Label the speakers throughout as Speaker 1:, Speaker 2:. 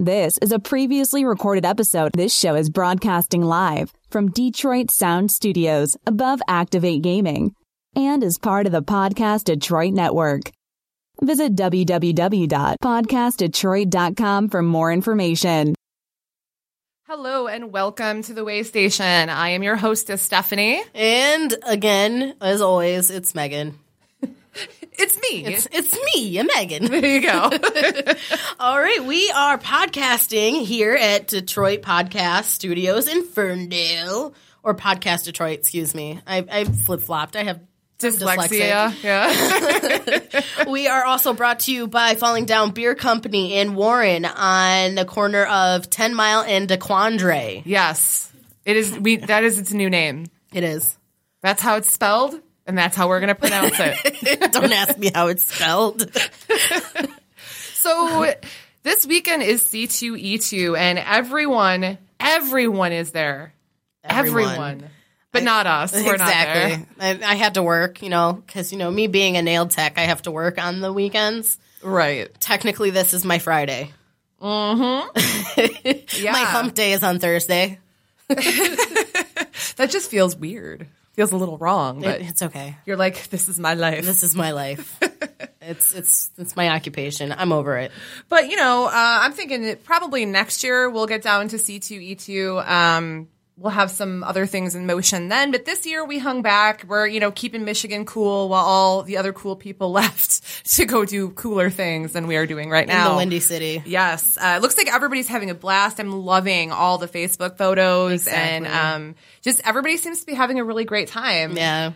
Speaker 1: This is a previously recorded episode. This show is broadcasting live from Detroit Sound Studios above Activate Gaming and is part of the Podcast Detroit Network. Visit www.podcastdetroit.com for more information.
Speaker 2: Hello and welcome to the Way Station. I am your hostess, Stephanie.
Speaker 3: And again, as always, it's Megan.
Speaker 2: It's me.
Speaker 3: It's, it's me, a Megan.
Speaker 2: there you go.
Speaker 3: All right, we are podcasting here at Detroit Podcast Studios in Ferndale, or Podcast Detroit, excuse me. I, I flip flopped. I have I'm
Speaker 2: Dyslexia. Yeah.
Speaker 3: dyslexic. we are also brought to you by Falling Down Beer Company in Warren on the corner of 10 Mile and DeQuandre.
Speaker 2: yes. It is we that is its new name.
Speaker 3: It is.
Speaker 2: That's how it's spelled, and that's how we're gonna pronounce it.
Speaker 3: Don't ask me how it's spelled.
Speaker 2: so this weekend is C2E2, and everyone, everyone is there. Everyone. But not us. We're not there.
Speaker 3: exactly. I, I had to work, you know, because you know me being a nail tech, I have to work on the weekends.
Speaker 2: Right.
Speaker 3: Technically, this is my Friday.
Speaker 2: Mm-hmm. Yeah.
Speaker 3: My hump day is on Thursday.
Speaker 2: that just feels weird. Feels a little wrong, but
Speaker 3: It's okay.
Speaker 2: you're like, this is my life.
Speaker 3: This is my life. it's it's it's my occupation. I'm over it.
Speaker 2: But you know, uh, I'm thinking that probably next year we'll get down to C2E2. Um, we'll have some other things in motion then. But this year we hung back. We're you know keeping Michigan cool while all the other cool people left to go do cooler things than we are doing right
Speaker 3: In
Speaker 2: now.
Speaker 3: the Windy City.
Speaker 2: Yes, uh, it looks like everybody's having a blast. I'm loving all the Facebook photos and um, just everybody seems to be having a really great time.
Speaker 3: Yeah,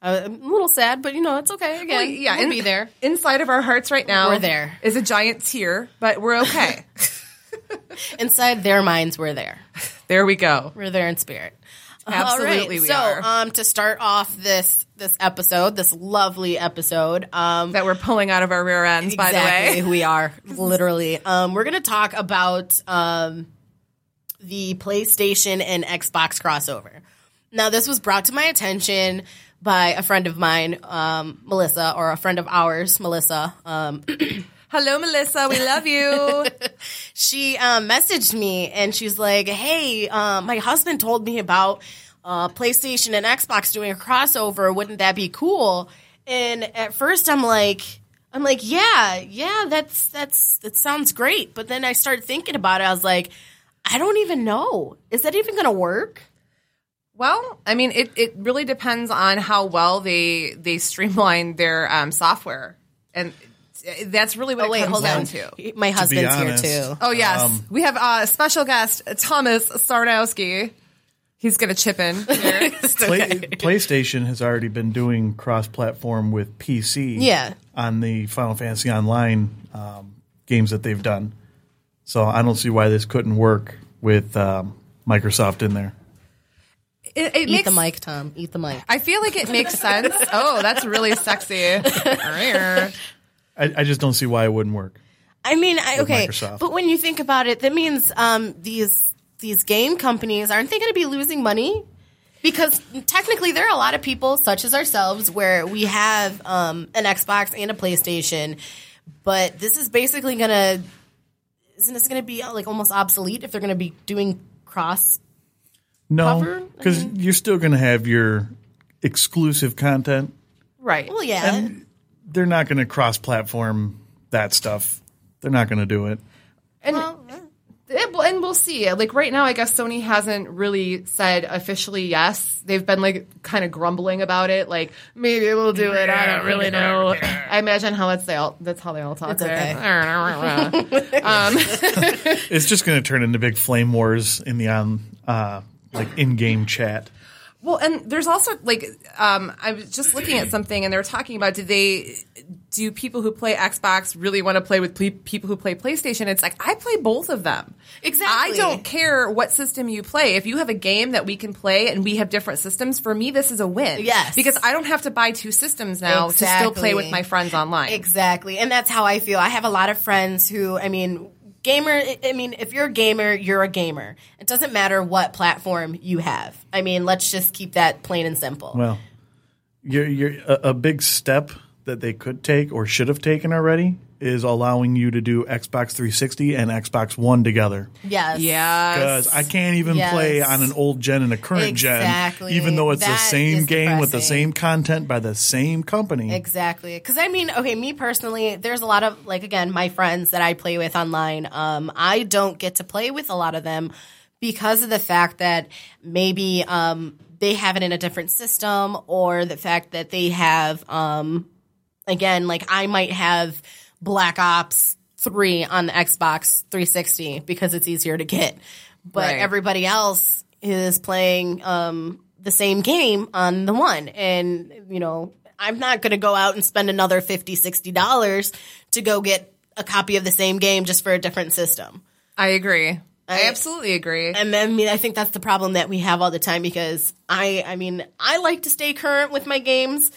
Speaker 3: Uh, I'm a little sad, but you know it's okay. Again,
Speaker 2: Well, yeah,
Speaker 3: we'll
Speaker 2: in-
Speaker 3: be there.
Speaker 2: Inside of our hearts right now,
Speaker 3: We're there.
Speaker 2: is a giant tear, but we're okay.
Speaker 3: Inside their minds, we're there.
Speaker 2: there we go.
Speaker 3: We're there in spirit. All
Speaker 2: Absolutely
Speaker 3: right.
Speaker 2: we
Speaker 3: so,
Speaker 2: are.
Speaker 3: um, to start off this this episode, this lovely episode, um,
Speaker 2: that we're pulling out of our rear ends, by the
Speaker 3: exactly
Speaker 2: way.
Speaker 3: who we are literally um, we're going to talk about um, the playstation and xbox crossover now this was brought to my attention by a friend of mine um, melissa or a friend of ours melissa um,
Speaker 2: Hello, Melissa. We love you.
Speaker 3: she um, messaged me and she's like hey uh, my husband told me about uh, playstation and xbox doing a crossover wouldn't that be cool and at first i'm like I'm like, yeah, yeah, that's that's that sounds great. But then I started thinking about it. I was like, I don't even know. Is that even going to work?
Speaker 2: well, I mean, it, it really depends on how well they they streamline their um, software, and t- that's really what
Speaker 3: Oh
Speaker 2: it
Speaker 3: wait,
Speaker 2: comes
Speaker 3: hold
Speaker 2: down
Speaker 3: on.
Speaker 2: to.
Speaker 3: My husband's here
Speaker 4: honest,
Speaker 3: too.
Speaker 2: Oh yes, we have uh, special guest Thomas Sarnowski. He's gonna chip in. here.
Speaker 4: Play- PlayStation has already been doing cross-platform with PC.
Speaker 3: Yeah.
Speaker 4: On the Final Fantasy Online um, games that they've done, so I don't see why this couldn't work with um, Microsoft in there.
Speaker 2: it it
Speaker 3: Eat
Speaker 2: makes.
Speaker 3: the mic, Tom. Eat the mic.
Speaker 2: I feel like it makes sense. Oh, that's really sexy.
Speaker 4: I, I just don't see why it wouldn't work.
Speaker 3: I mean, I, okay,
Speaker 4: Microsoft.
Speaker 3: but when you think about it, that means um, these these game companies aren't they going to be losing money? Because technically, there are a lot of people, such as ourselves, where we have um, an Xbox and a PlayStation, but this is basically going to isn't this going to be uh, like almost obsolete if they're going to be doing cross? Cover?
Speaker 4: No, because you're still going to have your exclusive content.
Speaker 2: right.
Speaker 3: Well, yeah,
Speaker 4: They're not going to cross-platform that stuff. They're not going to do it.
Speaker 2: And Yeah, Eh, well, and we'll see. Like right now, I guess Sony hasn't really said officially yes. They've been like kind of grumbling about it. Like maybe we'll do it. I don't really know. I imagine how it's Um, they all. That's how they all talk there.
Speaker 4: It's just going to turn into big flame wars in the on uh, like in-game chat.
Speaker 2: well, and there's also like um, I was just looking at something, and they were talking about do they do people who play Xbox really want to play with ple- people who play PlayStation? It's like I play both of them.
Speaker 3: Exactly.
Speaker 2: I don't care what system you play. If you have a game that we can play and we have different systems, for me this is a win.
Speaker 3: Yes.
Speaker 2: Because I don't have to buy two systems now to still play
Speaker 3: Exactly.
Speaker 2: with my friends online.
Speaker 3: Exactly. And that's how I feel. I have a lot of friends who, I mean, gamer, I- I mean, if you're a gamer, you're a gamer. It doesn't matter what platform you have. I mean, let's just keep that plain and simple.
Speaker 4: Well, you're, you're a, a big step that they could take or should have taken already is allowing you to do Xbox 360 and Xbox One together.
Speaker 3: Yes.
Speaker 2: Yes.
Speaker 4: Because I can't even
Speaker 3: Yes.
Speaker 4: play on an old gen and a current
Speaker 3: Exactly.
Speaker 4: gen, even though it's the
Speaker 3: That
Speaker 4: same
Speaker 3: is
Speaker 4: game with the
Speaker 3: depressing.
Speaker 4: same content by the same company.
Speaker 3: Exactly. Because I mean, okay, me personally, there's a lot of, like, again, my friends that I play with online. Um, I don't get to play with a lot of them because of the fact that maybe um, they have it in a different system or the fact that they have, um, again, like, I might have Black Ops 3 on the Xbox 360 because it's easier to get. But
Speaker 2: Right.
Speaker 3: everybody else is playing um, the same game on the one. And, you know, I'm not going to go out and spend another $50, $60 to go get a copy of the same game just for a different system.
Speaker 2: I agree. I absolutely agree.
Speaker 3: And then, I mean, I think that's the problem that we have all the time because I, I mean, I like to stay current with my games,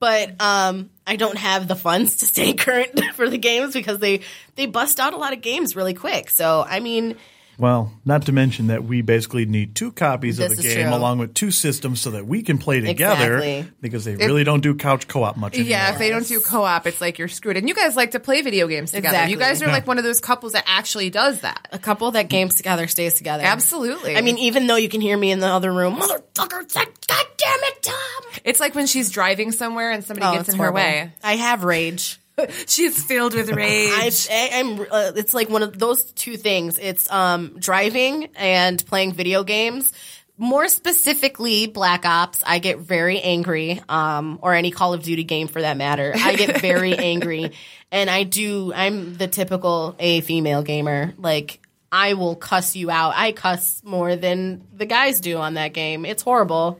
Speaker 3: but um, I don't have the funds to stay current for the games because they they bust out a lot of games really quick. So, I mean,
Speaker 4: Well, not to mention that we basically need two copies of
Speaker 3: This
Speaker 4: the
Speaker 3: is
Speaker 4: game
Speaker 3: true.
Speaker 4: along with two systems so that we can play together
Speaker 3: Exactly.
Speaker 4: because they really don't do couch co-op much anymore.
Speaker 2: Yeah, if they don't do co-op, it's like you're screwed. And you guys like to play video games together. You
Speaker 3: Exactly.
Speaker 2: guys are like one of those couples that actually does that.
Speaker 3: a couple that games together stays together.
Speaker 2: Absolutely.
Speaker 3: I mean, even though you can hear me in the other room, motherfucker, that- God damn it, Tom.
Speaker 2: it's like when she's driving somewhere and somebody gets
Speaker 3: it's
Speaker 2: in
Speaker 3: Oh, horrible.
Speaker 2: her way.
Speaker 3: I have rage.
Speaker 2: She's filled with rage.
Speaker 3: I, I, I'm. Uh, it's like one of those two things. It's um, driving and playing video games. More specifically, Black Ops. I get very angry, um, or any Call of Duty game for that matter. I get very angry, and I do. I'm the typical a female gamer. Like I will cuss you out. I cuss more than the guys do on that game. It's horrible.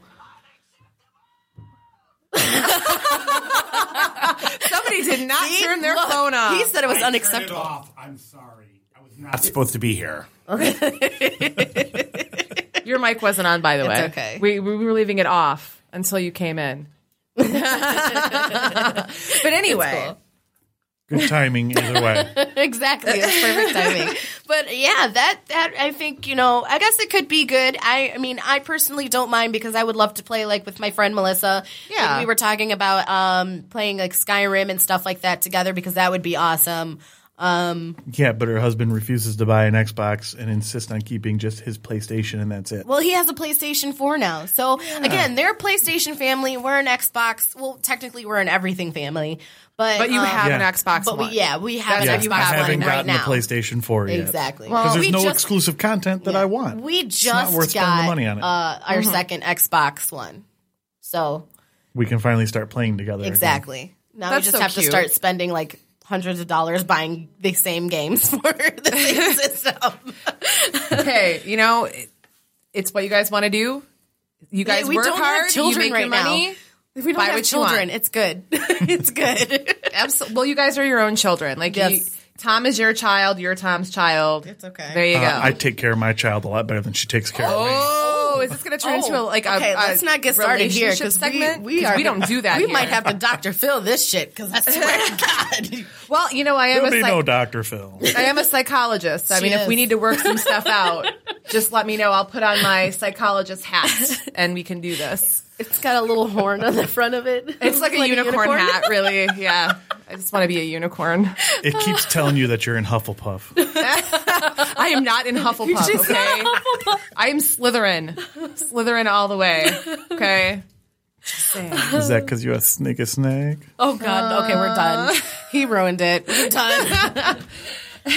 Speaker 2: somebody did not turn their
Speaker 3: Look,
Speaker 2: phone off.
Speaker 3: He said it was
Speaker 5: I turned it
Speaker 3: unacceptable.
Speaker 5: off. I'm sorry. I was not supposed to be here.
Speaker 2: Your mic wasn't on, by the way.
Speaker 3: okay.
Speaker 2: We, we were leaving it off until you came in. but anyway,
Speaker 4: Good timing either way.
Speaker 3: exactly. It's perfect timing. But yeah, that that I think you know. I guess it could be good. I I mean, I personally don't mind because I would love to play like with my friend Melissa.
Speaker 2: Yeah.
Speaker 3: Like, we were talking about um playing like Skyrim and stuff like that together because that would be awesome.
Speaker 4: Yeah, but her husband refuses to buy an Xbox and insists on keeping just his PlayStation and that's it.
Speaker 3: Well, he has a PlayStation 4 now. So again, they're a PlayStation family. We're an Xbox. Well, technically, we're an everything family. But
Speaker 2: but you
Speaker 3: um,
Speaker 2: have an
Speaker 4: Yeah.
Speaker 2: Xbox
Speaker 3: But we,
Speaker 2: One.
Speaker 3: yeah, we have
Speaker 2: That's
Speaker 3: an
Speaker 2: what
Speaker 4: Yes,
Speaker 2: you
Speaker 3: Xbox
Speaker 4: I
Speaker 2: have
Speaker 4: haven't
Speaker 2: one
Speaker 3: One right
Speaker 4: gotten
Speaker 3: now.
Speaker 4: the PlayStation 4 yet.
Speaker 3: Exactly.
Speaker 4: Because
Speaker 3: we
Speaker 4: there's no
Speaker 3: just-
Speaker 4: exclusive content that I want.
Speaker 3: We just
Speaker 4: not worth
Speaker 3: got
Speaker 4: spending the money on it.
Speaker 3: Uh, our second Xbox One. So
Speaker 4: we can finally start playing together. again.
Speaker 3: exactly. Now
Speaker 2: That's
Speaker 3: we just
Speaker 2: so
Speaker 3: have
Speaker 2: cute.
Speaker 3: to start spending like hundreds of dollars buying the same games for the same system.
Speaker 2: Hey, you know, it, it's what you guys want to do. You guys
Speaker 3: we
Speaker 2: work
Speaker 3: don't have
Speaker 2: hard.
Speaker 3: children
Speaker 2: you make your
Speaker 3: right now.
Speaker 2: money.
Speaker 3: If we don't
Speaker 2: Buy
Speaker 3: have
Speaker 2: what you want.
Speaker 3: children, it's good. it's good.
Speaker 2: Absolutely. Well, you guys are your own children. Like,
Speaker 3: Yes.
Speaker 2: you, Tom is your child. You're Tom's child. It's
Speaker 3: okay.
Speaker 2: There you
Speaker 4: Uh,
Speaker 2: go.
Speaker 4: I take care of my child a lot better than she takes care of me.
Speaker 2: oh, is this going to turn into a, like a,
Speaker 3: okay,
Speaker 2: a
Speaker 3: let's not get started here
Speaker 2: relationship segment?
Speaker 3: we, we
Speaker 2: 'Cause
Speaker 3: are
Speaker 2: we don't do that.
Speaker 3: We
Speaker 2: here.
Speaker 3: might have to Dr. Phil this shit because I swear to God,
Speaker 2: Well, you know, I am
Speaker 4: There'll
Speaker 2: a
Speaker 4: be
Speaker 2: psych-
Speaker 4: no Dr. Phil.
Speaker 2: I am a psychologist. I
Speaker 3: She
Speaker 2: mean, if we
Speaker 3: is.
Speaker 2: need to work some stuff out, just let me know. I'll put on my psychologist hat and we can do this.
Speaker 3: it's got a little horn on the front of it.
Speaker 2: It's like, a, unicorn hat, really. Yeah. I just want to be a unicorn.
Speaker 4: It keeps telling you that you're in Hufflepuff.
Speaker 2: I am not in Hufflepuff, okay? I am Slytherin. Slytherin all the way, okay?
Speaker 4: Is that because you're a snake a snake?
Speaker 3: Oh God! Okay, we're done. He ruined it. Uh. We're done.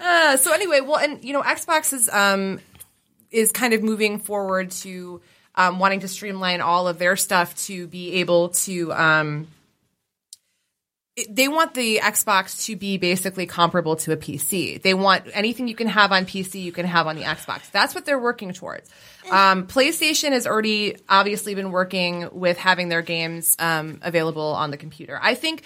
Speaker 2: Uh, so anyway, well, and you know, Xbox is um, is kind of moving forward to um, wanting to streamline all of their stuff to be able to. Um, it- they want the Xbox to be basically comparable to a PC. They want anything you can have on PC, you can have on the Xbox. That's what they're working towards. Um, PlayStation has already obviously been working with having their games um, available on the computer. I think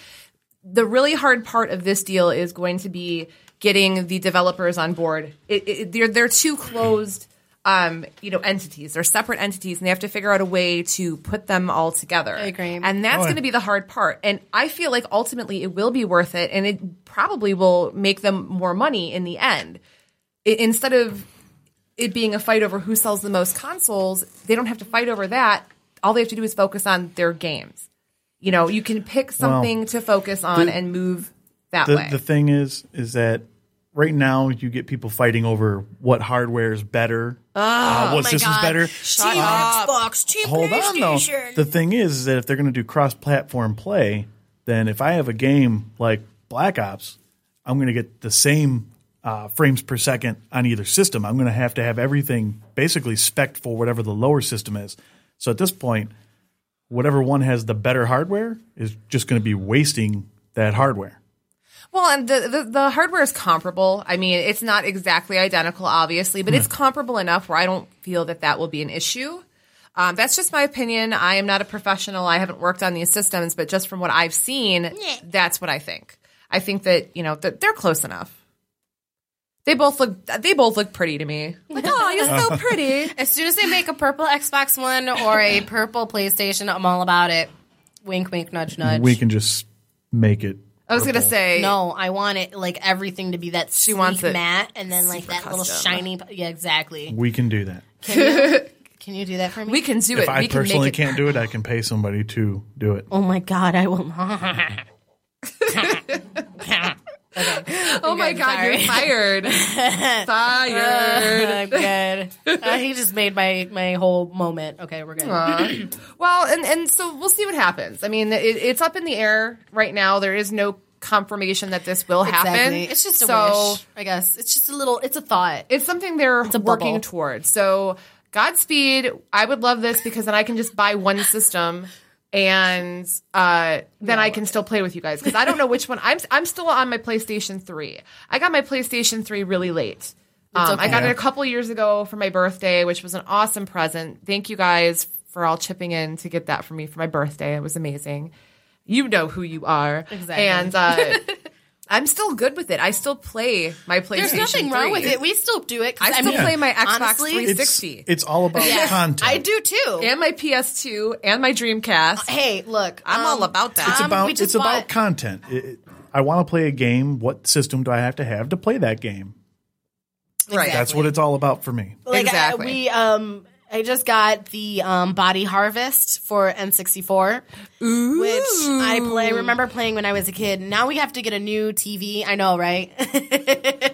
Speaker 2: the really hard part of this deal is going to be getting the developers on board. It, it, they're they're two closed, um, you know, entities. They're separate entities, and they have to figure out a way to put them all together. I
Speaker 3: agree.
Speaker 2: and that's going to be the hard part. And I feel like ultimately it will be worth it, and it probably will make them more money in the end. I instead of it being a fight over who sells the most consoles, they don't have to fight over that. All they have to do is focus on their games. You know, you can pick something to focus on and move that
Speaker 4: the,
Speaker 2: way.
Speaker 4: the thing is, is that right now you get people fighting over what hardware is better, uh, what system's better.
Speaker 3: Team
Speaker 2: up.
Speaker 3: Xbox, team
Speaker 4: Hold on, though.
Speaker 3: PlayStation.
Speaker 4: The thing is, is that if they're going to do cross-platform play, then if I have a game like Black Ops, I'm going to get the same uh, frames per second on either system. I'm going to have to have everything basically spec for whatever the lower system is. So at this point, whatever one has the better hardware is just going to be wasting that hardware.
Speaker 2: Well, and the, the the hardware is comparable. I mean, it's not exactly identical, obviously, but
Speaker 4: Hmm.
Speaker 2: it's comparable enough where I don't feel that that will be an issue. Um, that's just my opinion. I am not a professional. I haven't worked on these systems, but just from what I've seen, that's what I think. I think that you know that they're close enough. They both look. They both look pretty to me. Like, oh, you're so pretty.
Speaker 3: As soon as they make a purple Xbox One or a purple PlayStation, I'm all about it. Wink, wink, nudge, nudge.
Speaker 4: We can just make it.
Speaker 2: I was gonna say
Speaker 3: No, I want it like everything to be that she
Speaker 2: wants it
Speaker 3: matte and then like that little
Speaker 2: custom.
Speaker 3: shiny. Yeah, exactly.
Speaker 4: We can do that.
Speaker 3: Can you do that for me?
Speaker 2: We can do it.
Speaker 4: If I
Speaker 2: we can
Speaker 4: personally
Speaker 2: make it.
Speaker 4: can't do it, I can pay somebody to do it.
Speaker 3: oh my god, I will not.
Speaker 2: oh my
Speaker 3: I'm
Speaker 2: god,
Speaker 3: sorry.
Speaker 2: you're fired. fired.
Speaker 3: Good. Uh, he just made my my whole moment. Okay, we're good.
Speaker 2: Well, and and so we'll see what happens. I mean, it, it's up in the air right now. There is no confirmation that this will happen.
Speaker 3: Exactly. It's just a
Speaker 2: so
Speaker 3: wish, I guess. It's just a little. It's a thought.
Speaker 2: it's something they're
Speaker 3: a
Speaker 2: working
Speaker 3: bubble.
Speaker 2: towards. So Godspeed. I would love this because then I can just buy one system. And uh, then I can still play with you guys because I don't know which one. I'm I'm still on my PlayStation 3. I got my PlayStation 3 really late. Um, I got it a couple years ago for my birthday, which was an awesome present. Thank you guys for all chipping in to get that for me for my birthday. It was amazing. You know who you are,
Speaker 3: Exactly.
Speaker 2: and uh, I'm still good with it. I still play my PlayStation.
Speaker 3: There's nothing
Speaker 2: 3.
Speaker 3: wrong with it. We still do it. 'cause,
Speaker 2: I still
Speaker 3: mean,
Speaker 2: play my Xbox
Speaker 3: honestly,
Speaker 2: 360.
Speaker 4: It's,
Speaker 2: 60.
Speaker 4: it's all about content.
Speaker 3: I do too.
Speaker 2: and my PS2 and my Dreamcast.
Speaker 3: Hey, look,
Speaker 2: I'm all about that.
Speaker 4: it's
Speaker 3: um,
Speaker 4: about
Speaker 3: we just
Speaker 4: it's
Speaker 3: bought-
Speaker 4: about content. It- it- I want to play a game. What system do I have to have to play that game?
Speaker 2: right.
Speaker 4: That's what it's all about for me.
Speaker 3: Like
Speaker 2: Exactly.
Speaker 3: I, we um I just got the um Body Harvest for N64, which I play I remember playing when I was a kid. Now we have to get a new TV. I know, right?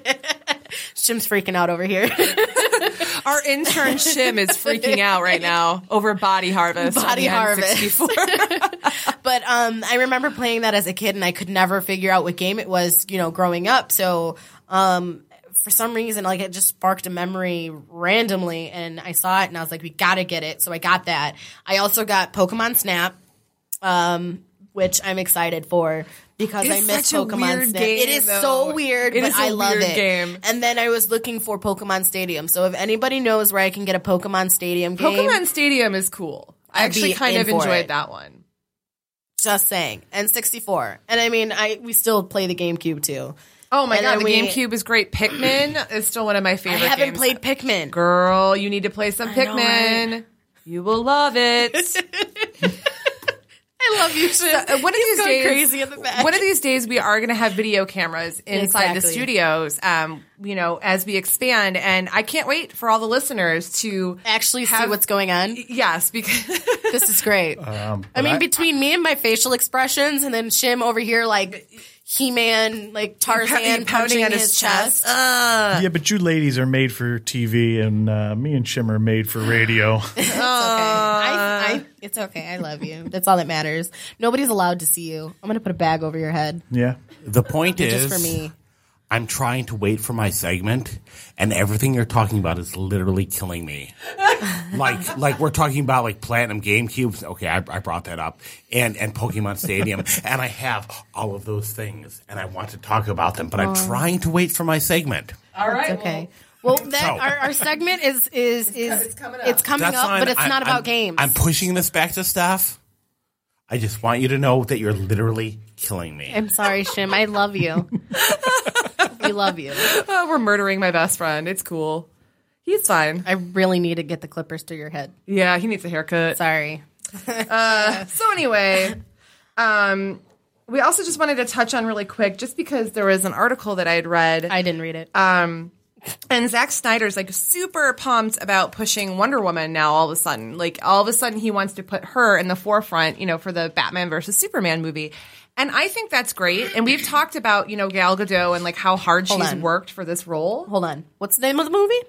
Speaker 3: Jim's freaking out over here.
Speaker 2: Our intern Shim is freaking out right now over Body Harvest. on
Speaker 3: Body
Speaker 2: the
Speaker 3: Harvest.
Speaker 2: N64.
Speaker 3: but um, I remember playing that as a kid, and I could never figure out what game it was. You know, growing up, so um, for some reason, like it just sparked a memory randomly, and I saw it, and I was like, "We gotta get it." So I got that. I also got Pokemon Snap, um, which I'm excited for because I
Speaker 2: It's
Speaker 3: miss
Speaker 2: such a
Speaker 3: Pokemon
Speaker 2: weird
Speaker 3: Snap.
Speaker 2: game,
Speaker 3: it is
Speaker 2: though.
Speaker 3: so weird,
Speaker 2: It
Speaker 3: but
Speaker 2: is a
Speaker 3: I love
Speaker 2: weird
Speaker 3: it.
Speaker 2: game.
Speaker 3: And then I was looking for Pokemon Stadium. So if anybody knows where I can get a Pokemon Stadium game,
Speaker 2: Pokemon Stadium is cool. I
Speaker 3: I'd
Speaker 2: actually
Speaker 3: be
Speaker 2: kind
Speaker 3: in
Speaker 2: of
Speaker 3: for
Speaker 2: enjoyed
Speaker 3: it.
Speaker 2: that one.
Speaker 3: Just saying. And 64. And I mean, I we still play the GameCube too.
Speaker 2: Oh my
Speaker 3: And
Speaker 2: god,
Speaker 3: then
Speaker 2: the
Speaker 3: we-
Speaker 2: GameCube is great. Pikmin is still one of my
Speaker 3: I
Speaker 2: favorite.
Speaker 3: haven't
Speaker 2: games.
Speaker 3: played Pikmin.
Speaker 2: Girl, you need to play some
Speaker 3: know,
Speaker 2: Pikmin. You will love it.
Speaker 3: I love you. Shit.
Speaker 2: Uh, one of these
Speaker 3: going
Speaker 2: days,
Speaker 3: crazy in the back.
Speaker 2: One of these days, we are going to have video cameras inside the
Speaker 3: Exactly.
Speaker 2: studios. Um, you know, as we expand, and I can't wait for all the listeners to
Speaker 3: Actually, see
Speaker 2: have-
Speaker 3: what's going on.
Speaker 2: Yes, because
Speaker 3: This is great.
Speaker 2: Uh,
Speaker 4: Um,
Speaker 3: I mean, between me and my facial expressions, and then Shim over here, like He Man, like Tarzan, pounding on his, chest. Uh.
Speaker 4: yeah, but you ladies are made for TV, and uh, me and Shimmer are made for radio.
Speaker 3: It's okay. I, I, it's okay. I love you. That's all that matters. Nobody's allowed to see you. I'm gonna put a bag over your head
Speaker 4: yeah,
Speaker 5: The point is,
Speaker 3: just for me.
Speaker 5: I'm trying to wait for my segment, and everything you're talking about is literally killing me. like, like we're talking about like platinum GameCubes. Okay, I, I brought that up, and and Pokemon Stadium, and I have all of those things, and I want to talk about them, but I'm trying to wait for my segment.
Speaker 2: all right,
Speaker 3: It's okay. Well, that
Speaker 5: So-
Speaker 3: our, our segment is is is it's coming up,
Speaker 5: fine.
Speaker 3: but it's
Speaker 5: I-
Speaker 3: not about
Speaker 5: I'm-
Speaker 3: games.
Speaker 5: I'm pushing this back to stuff. I just want you to know that you're literally killing me.
Speaker 3: I'm sorry, Shim. I love you. we love you.
Speaker 2: Oh, we're murdering my best friend. It's cool. He's fine.
Speaker 3: I really need to get the clippers to your head.
Speaker 2: Yeah, he needs a haircut.
Speaker 3: Sorry.
Speaker 2: So anyway, um, we also just wanted to touch on really quick, just because there was an article that I had read.
Speaker 3: I didn't read it.
Speaker 2: Uh, And Zack Snyder's like super pumped about pushing Wonder Woman now all of a sudden. Like all of a sudden he wants to put her in the forefront, you know, for the Batman versus Superman movie. And I think that's great. And we've talked about, you know, Gal Gadot and like how hard
Speaker 3: Hold
Speaker 2: she's
Speaker 3: on.
Speaker 2: worked for this role.
Speaker 3: Hold on. What's the name of the movie?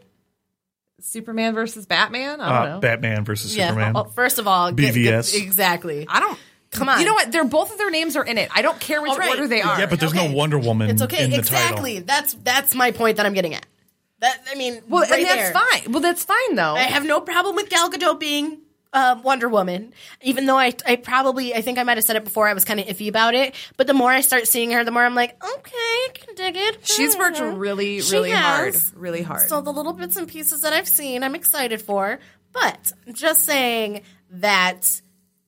Speaker 2: Superman versus Batman. I don't
Speaker 4: Uh,
Speaker 2: know.
Speaker 4: Batman versus Superman.
Speaker 3: Well, first of all, get-
Speaker 4: BVS.
Speaker 3: get- exactly.
Speaker 2: I don't.
Speaker 3: Come on.
Speaker 2: You know what? They're both of their names are in it. I don't care which
Speaker 3: All right.
Speaker 2: order they are.
Speaker 4: yeah, but there's
Speaker 3: Okay.
Speaker 4: no Wonder Woman
Speaker 3: It's okay.
Speaker 4: in the
Speaker 3: exactly.
Speaker 4: title.
Speaker 3: That's that's my point that I'm getting at. That I mean,
Speaker 2: well,
Speaker 3: right
Speaker 2: and that's
Speaker 3: there.
Speaker 2: fine. Well, that's fine though.
Speaker 3: I have no problem with Gal Gadot being uh, Wonder Woman, even though I, I probably, I think I might have said it before, I was kind of iffy about it. But the more I start seeing her, the more I'm like, okay, I can dig it. Hmm.
Speaker 2: She's worked really,
Speaker 3: She
Speaker 2: really hard,
Speaker 3: has.
Speaker 2: really hard.
Speaker 3: So the little bits and pieces that I've seen, I'm excited for. But just saying that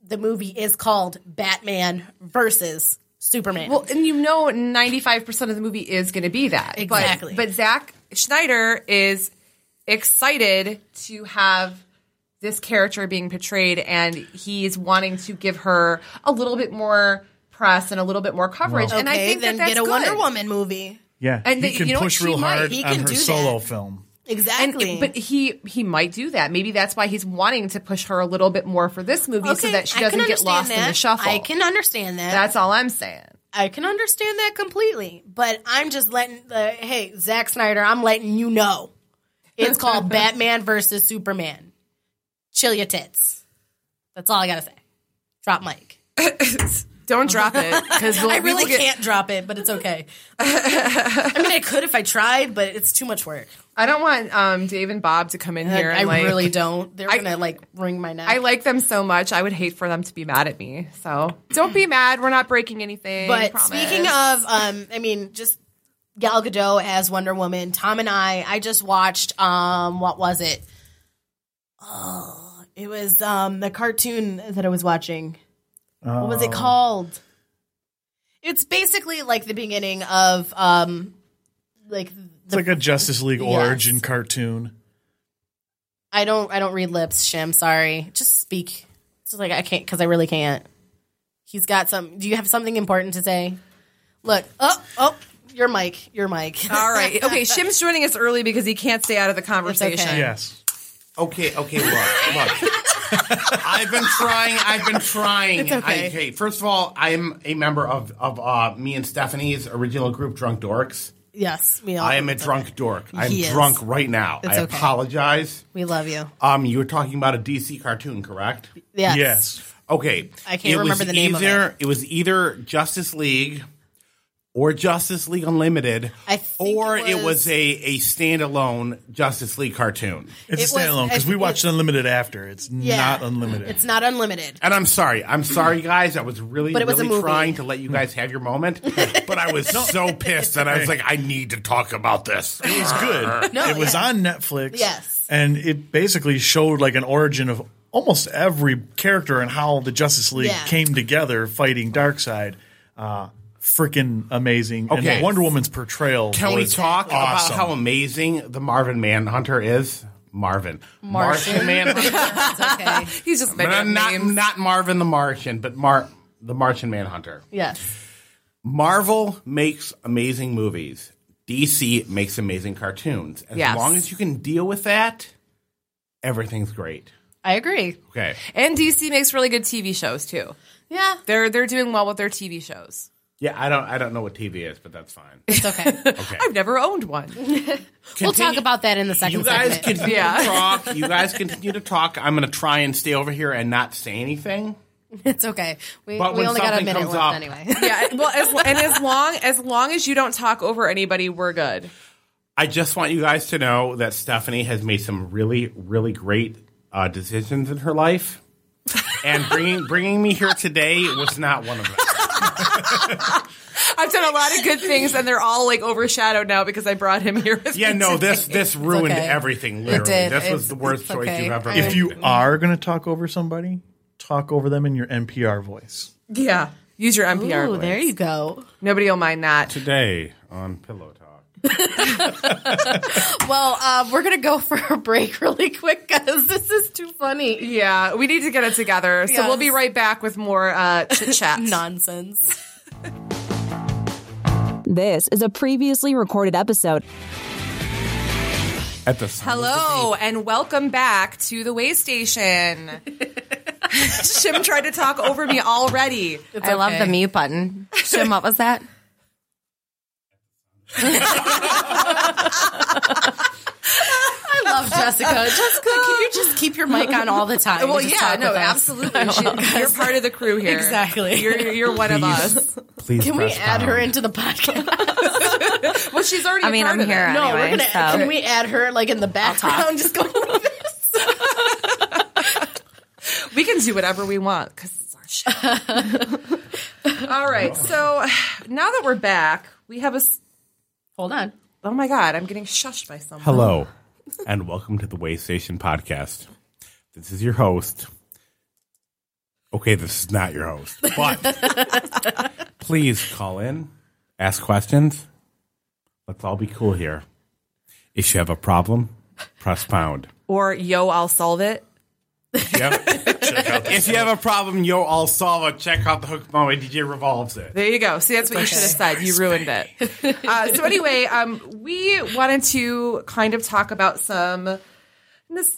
Speaker 3: the movie is called Batman versus Superman.
Speaker 2: Well, and you know, ninety five percent of the movie is going to be that. But-
Speaker 3: Exactly.
Speaker 2: But, Zach Schneider is excited to have this character being portrayed, and he's wanting to give her a little bit more press and a little bit more coverage. and I think
Speaker 3: then
Speaker 2: that that's
Speaker 3: get a Wonder
Speaker 2: good.
Speaker 3: Woman movie.
Speaker 4: Yeah,
Speaker 2: And
Speaker 4: he
Speaker 2: the-
Speaker 4: can
Speaker 2: you know what?
Speaker 4: push
Speaker 2: She
Speaker 4: real
Speaker 2: might.
Speaker 4: hard
Speaker 3: He
Speaker 4: on
Speaker 3: can
Speaker 4: her
Speaker 3: do
Speaker 4: solo
Speaker 3: that.
Speaker 4: film.
Speaker 2: And,
Speaker 3: Exactly.
Speaker 2: but he he might do that. Maybe that's why he's wanting to push her a little bit more for this movie, so that she
Speaker 3: I
Speaker 2: doesn't
Speaker 3: can
Speaker 2: get
Speaker 3: understand
Speaker 2: lost in the
Speaker 3: that.
Speaker 2: shuffle.
Speaker 3: I can understand that.
Speaker 2: That's all I'm saying.
Speaker 3: I can understand that completely, but I'm just letting the hey Zack Snyder, I'm letting you know it's called Batman versus Superman. Chill your tits. That's all I gotta say. Drop mic.
Speaker 2: Don't drop it because
Speaker 3: I really can't drop it, but it's okay. I mean, I could if I tried, but it's too much work.
Speaker 2: I don't want um, Dave and Bob to come in
Speaker 3: Like,
Speaker 2: here.
Speaker 3: Uh, I
Speaker 2: And, like,
Speaker 3: really don't. They're gonna like wring my neck.
Speaker 2: I like them so much. I would hate for them to be mad at me. So don't be mad. We're not breaking anything.
Speaker 3: But
Speaker 2: promise.
Speaker 3: speaking of, um, I mean, just Gal Gadot as Wonder Woman, Tom and I, I just watched, um, what was it? Oh, it was um, the cartoon that I was watching. What
Speaker 4: Uh,
Speaker 3: was it called? It's basically like the beginning of, um, like
Speaker 4: It's like a Justice League
Speaker 3: Yes.
Speaker 4: origin cartoon.
Speaker 3: I don't, I don't read lips. Shim, sorry, just speak. It's just like I can't because I really can't. He's got some. Do you have something important to say? Look, oh, oh, your mic, your mic.
Speaker 2: all right, okay. Shim's joining us early because he can't stay out of the conversation.
Speaker 3: okay.
Speaker 4: Yes.
Speaker 5: Okay, okay, look, look. I've been trying. I've been trying. It's okay. I, okay, first of all, I'm a member of of uh, me and Stephanie's original group, Drunk Dorks.
Speaker 3: Yes, we all.
Speaker 5: I am a drunk dork. I'm
Speaker 3: Oh, He is.
Speaker 5: drunk right now.
Speaker 3: It's
Speaker 5: I
Speaker 3: okay.
Speaker 5: apologize.
Speaker 3: We love you.
Speaker 5: Um, you were talking about a DC cartoon, correct?
Speaker 3: Yes.
Speaker 4: Yes.
Speaker 5: Okay,
Speaker 3: I can't remember
Speaker 5: was
Speaker 3: the name of
Speaker 5: Either it. was either Justice League or Justice League Unlimited,
Speaker 3: I think
Speaker 5: or
Speaker 3: it
Speaker 5: it was,
Speaker 3: was-
Speaker 5: a a standalone Justice League cartoon.
Speaker 3: It
Speaker 4: It's a
Speaker 3: was-
Speaker 4: standalone because
Speaker 3: I-
Speaker 4: we watched Unlimited after. It's
Speaker 3: Yeah.
Speaker 4: not unlimited.
Speaker 3: It's not unlimited.
Speaker 5: And I'm sorry. I'm sorry, guys. I was really,
Speaker 3: But it was a
Speaker 5: really
Speaker 3: movie.
Speaker 5: trying to let you guys have your moment, but I was so pissed that I was like, I need to talk about this.
Speaker 4: it was good. it was on Netflix.
Speaker 3: Yes.
Speaker 4: And it basically showed like an origin of almost every character and how the Justice League
Speaker 3: Yeah.
Speaker 4: came together fighting Darkseid. Uh, Freaking amazing.
Speaker 5: Okay.
Speaker 4: And Wonder Woman's portrayal.
Speaker 5: Can we
Speaker 4: was
Speaker 5: talk
Speaker 4: awesome.
Speaker 5: about how amazing the Marvin Manhunter is? Marvin, Martian Manhunter.
Speaker 3: okay.
Speaker 2: He's just making
Speaker 5: But
Speaker 2: up
Speaker 5: I'm not
Speaker 2: names.
Speaker 5: not Marvin the Martian, but Mar the Martian Manhunter.
Speaker 3: yes.
Speaker 5: Marvel makes amazing movies. DC makes amazing cartoons. As
Speaker 2: Yes.
Speaker 5: long as you can deal with that, everything's great.
Speaker 3: I agree.
Speaker 5: Okay.
Speaker 2: and DC makes really good TV shows too.
Speaker 3: Yeah.
Speaker 2: They're they're doing well with their TV shows.
Speaker 5: Yeah, I don't I don't know what TV is, but that's fine.
Speaker 3: It's okay.
Speaker 5: Okay.
Speaker 2: I've never owned one.
Speaker 3: we'll talk about that in the second
Speaker 5: You guys
Speaker 3: segment.
Speaker 5: continue
Speaker 2: Yeah.
Speaker 5: to talk. You guys continue to talk. I'm going to try and stay over here and not say anything.
Speaker 3: it's okay. We,
Speaker 5: But
Speaker 3: we
Speaker 5: when
Speaker 3: only got a
Speaker 5: something
Speaker 3: minute
Speaker 5: comes
Speaker 3: left
Speaker 5: up-
Speaker 3: anyway.
Speaker 2: yeah. Well, as, and as long as long as you don't talk over anybody, we're good.
Speaker 5: I just want you guys to know that Stephanie has made some really, really great uh, decisions in her life, and bringing bringing me here today was not one of them.
Speaker 2: I've done a lot of good things, and they're all like overshadowed now because I brought him here. With
Speaker 5: Yeah,
Speaker 2: me
Speaker 5: no
Speaker 2: today.
Speaker 5: this this ruined
Speaker 3: okay.
Speaker 5: everything. Literally,
Speaker 3: did.
Speaker 5: this
Speaker 3: It's-
Speaker 5: was the worst
Speaker 3: it's
Speaker 5: choice
Speaker 3: okay.
Speaker 5: you've ever.
Speaker 3: I-
Speaker 5: made.
Speaker 4: If you are going to talk over somebody, talk over them in your NPR voice.
Speaker 2: Yeah, use your NPR.
Speaker 3: Ooh,
Speaker 2: voice.
Speaker 3: there you go.
Speaker 2: Nobody will mind that.
Speaker 5: today on Pillow Talk.
Speaker 3: Well, uh, we're gonna go for a break really quick because this is too funny.
Speaker 2: Yeah, we need to get it together. So
Speaker 3: Yes.
Speaker 2: we'll be right back with more uh, chit chat.
Speaker 3: Nonsense.
Speaker 1: This is a previously recorded episode.
Speaker 5: At the sound of the
Speaker 2: Hello and welcome back to the way station. Shim tried to talk over me already.
Speaker 6: I love the
Speaker 2: okay.
Speaker 6: mute button. Shim, what was that?
Speaker 3: I love Jessica. Jessica, can you just keep your mic on all the time?
Speaker 2: Well,
Speaker 3: Just
Speaker 2: yeah,
Speaker 3: talk
Speaker 2: no,
Speaker 3: with us.
Speaker 2: absolutely. She- you're part of the crew here.
Speaker 3: Exactly.
Speaker 2: You're, you're one of
Speaker 5: Please.
Speaker 2: us.
Speaker 5: Please
Speaker 3: Can we
Speaker 5: press
Speaker 3: add her
Speaker 5: pound.
Speaker 3: into the podcast?
Speaker 2: Well, she's already.
Speaker 6: I mean,
Speaker 2: a part
Speaker 6: I'm
Speaker 2: of it.
Speaker 6: here.
Speaker 3: No,
Speaker 6: anyway,
Speaker 3: we're gonna.
Speaker 6: so-
Speaker 3: Can we add her like in the background? Just go like this.
Speaker 2: We can do whatever we want because it's our show. All right. So now that we're back, we have a. s-
Speaker 3: Hold on.
Speaker 2: Oh my God, I'm getting shushed by someone.
Speaker 5: Hello,
Speaker 2: Oh.
Speaker 5: and welcome to the Way Station podcast. This is your host. Okay, this is not your host, but please call in, ask questions. Let's all be cool here. If you have a problem, press pound.
Speaker 2: Or yo, I'll solve it.
Speaker 5: if you have a problem, yo, I'll solve it. Check out the hook my way. DJ revolves it.
Speaker 2: There you go. See, that's what you should have said. You ruined it. Uh, so anyway, um, we wanted to kind of talk about some. This,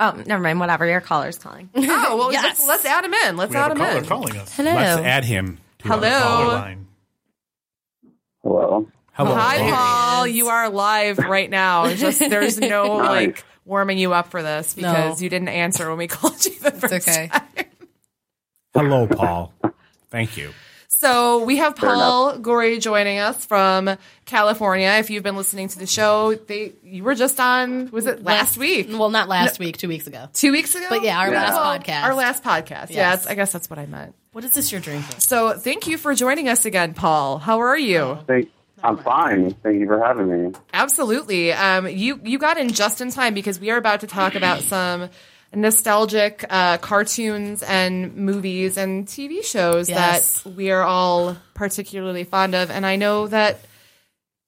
Speaker 6: Oh, never mind. Whatever. Your caller's calling.
Speaker 2: oh well,
Speaker 3: Yes.
Speaker 2: let's, let's add him in. Let's
Speaker 4: We
Speaker 2: add
Speaker 4: have a
Speaker 2: him
Speaker 4: caller
Speaker 2: in.
Speaker 4: calling us.
Speaker 5: Let's add him. To our
Speaker 2: Hello.
Speaker 5: caller
Speaker 4: Caller
Speaker 5: line.
Speaker 4: line.
Speaker 7: Hello.
Speaker 5: Hello.
Speaker 2: Hi,
Speaker 5: Hello.
Speaker 2: Paul. You are live right now. Just there's no like warming you up for this because you didn't answer when we called you the first
Speaker 6: okay.
Speaker 2: time.
Speaker 5: Hello, Paul. Thank you.
Speaker 2: So we have Paul Gorey joining us from California. If you've been listening to the show, they you were just on was it last week?
Speaker 3: Well, not last week. Two weeks ago.
Speaker 2: Two weeks ago?
Speaker 3: But yeah, our last
Speaker 2: Well,
Speaker 3: podcast.
Speaker 2: Our last podcast. Yeah, that's I guess that's what I meant.
Speaker 3: What is this you're drinking?
Speaker 2: So thank you for joining us again, Paul. How are you?
Speaker 7: Thank, I'm fine. Thank you for having me.
Speaker 2: Absolutely. Um, you you got in just in time because we are about to talk about some nostalgic uh, cartoons and movies and TV shows
Speaker 3: Yes.
Speaker 2: that we are all particularly fond of, and I know that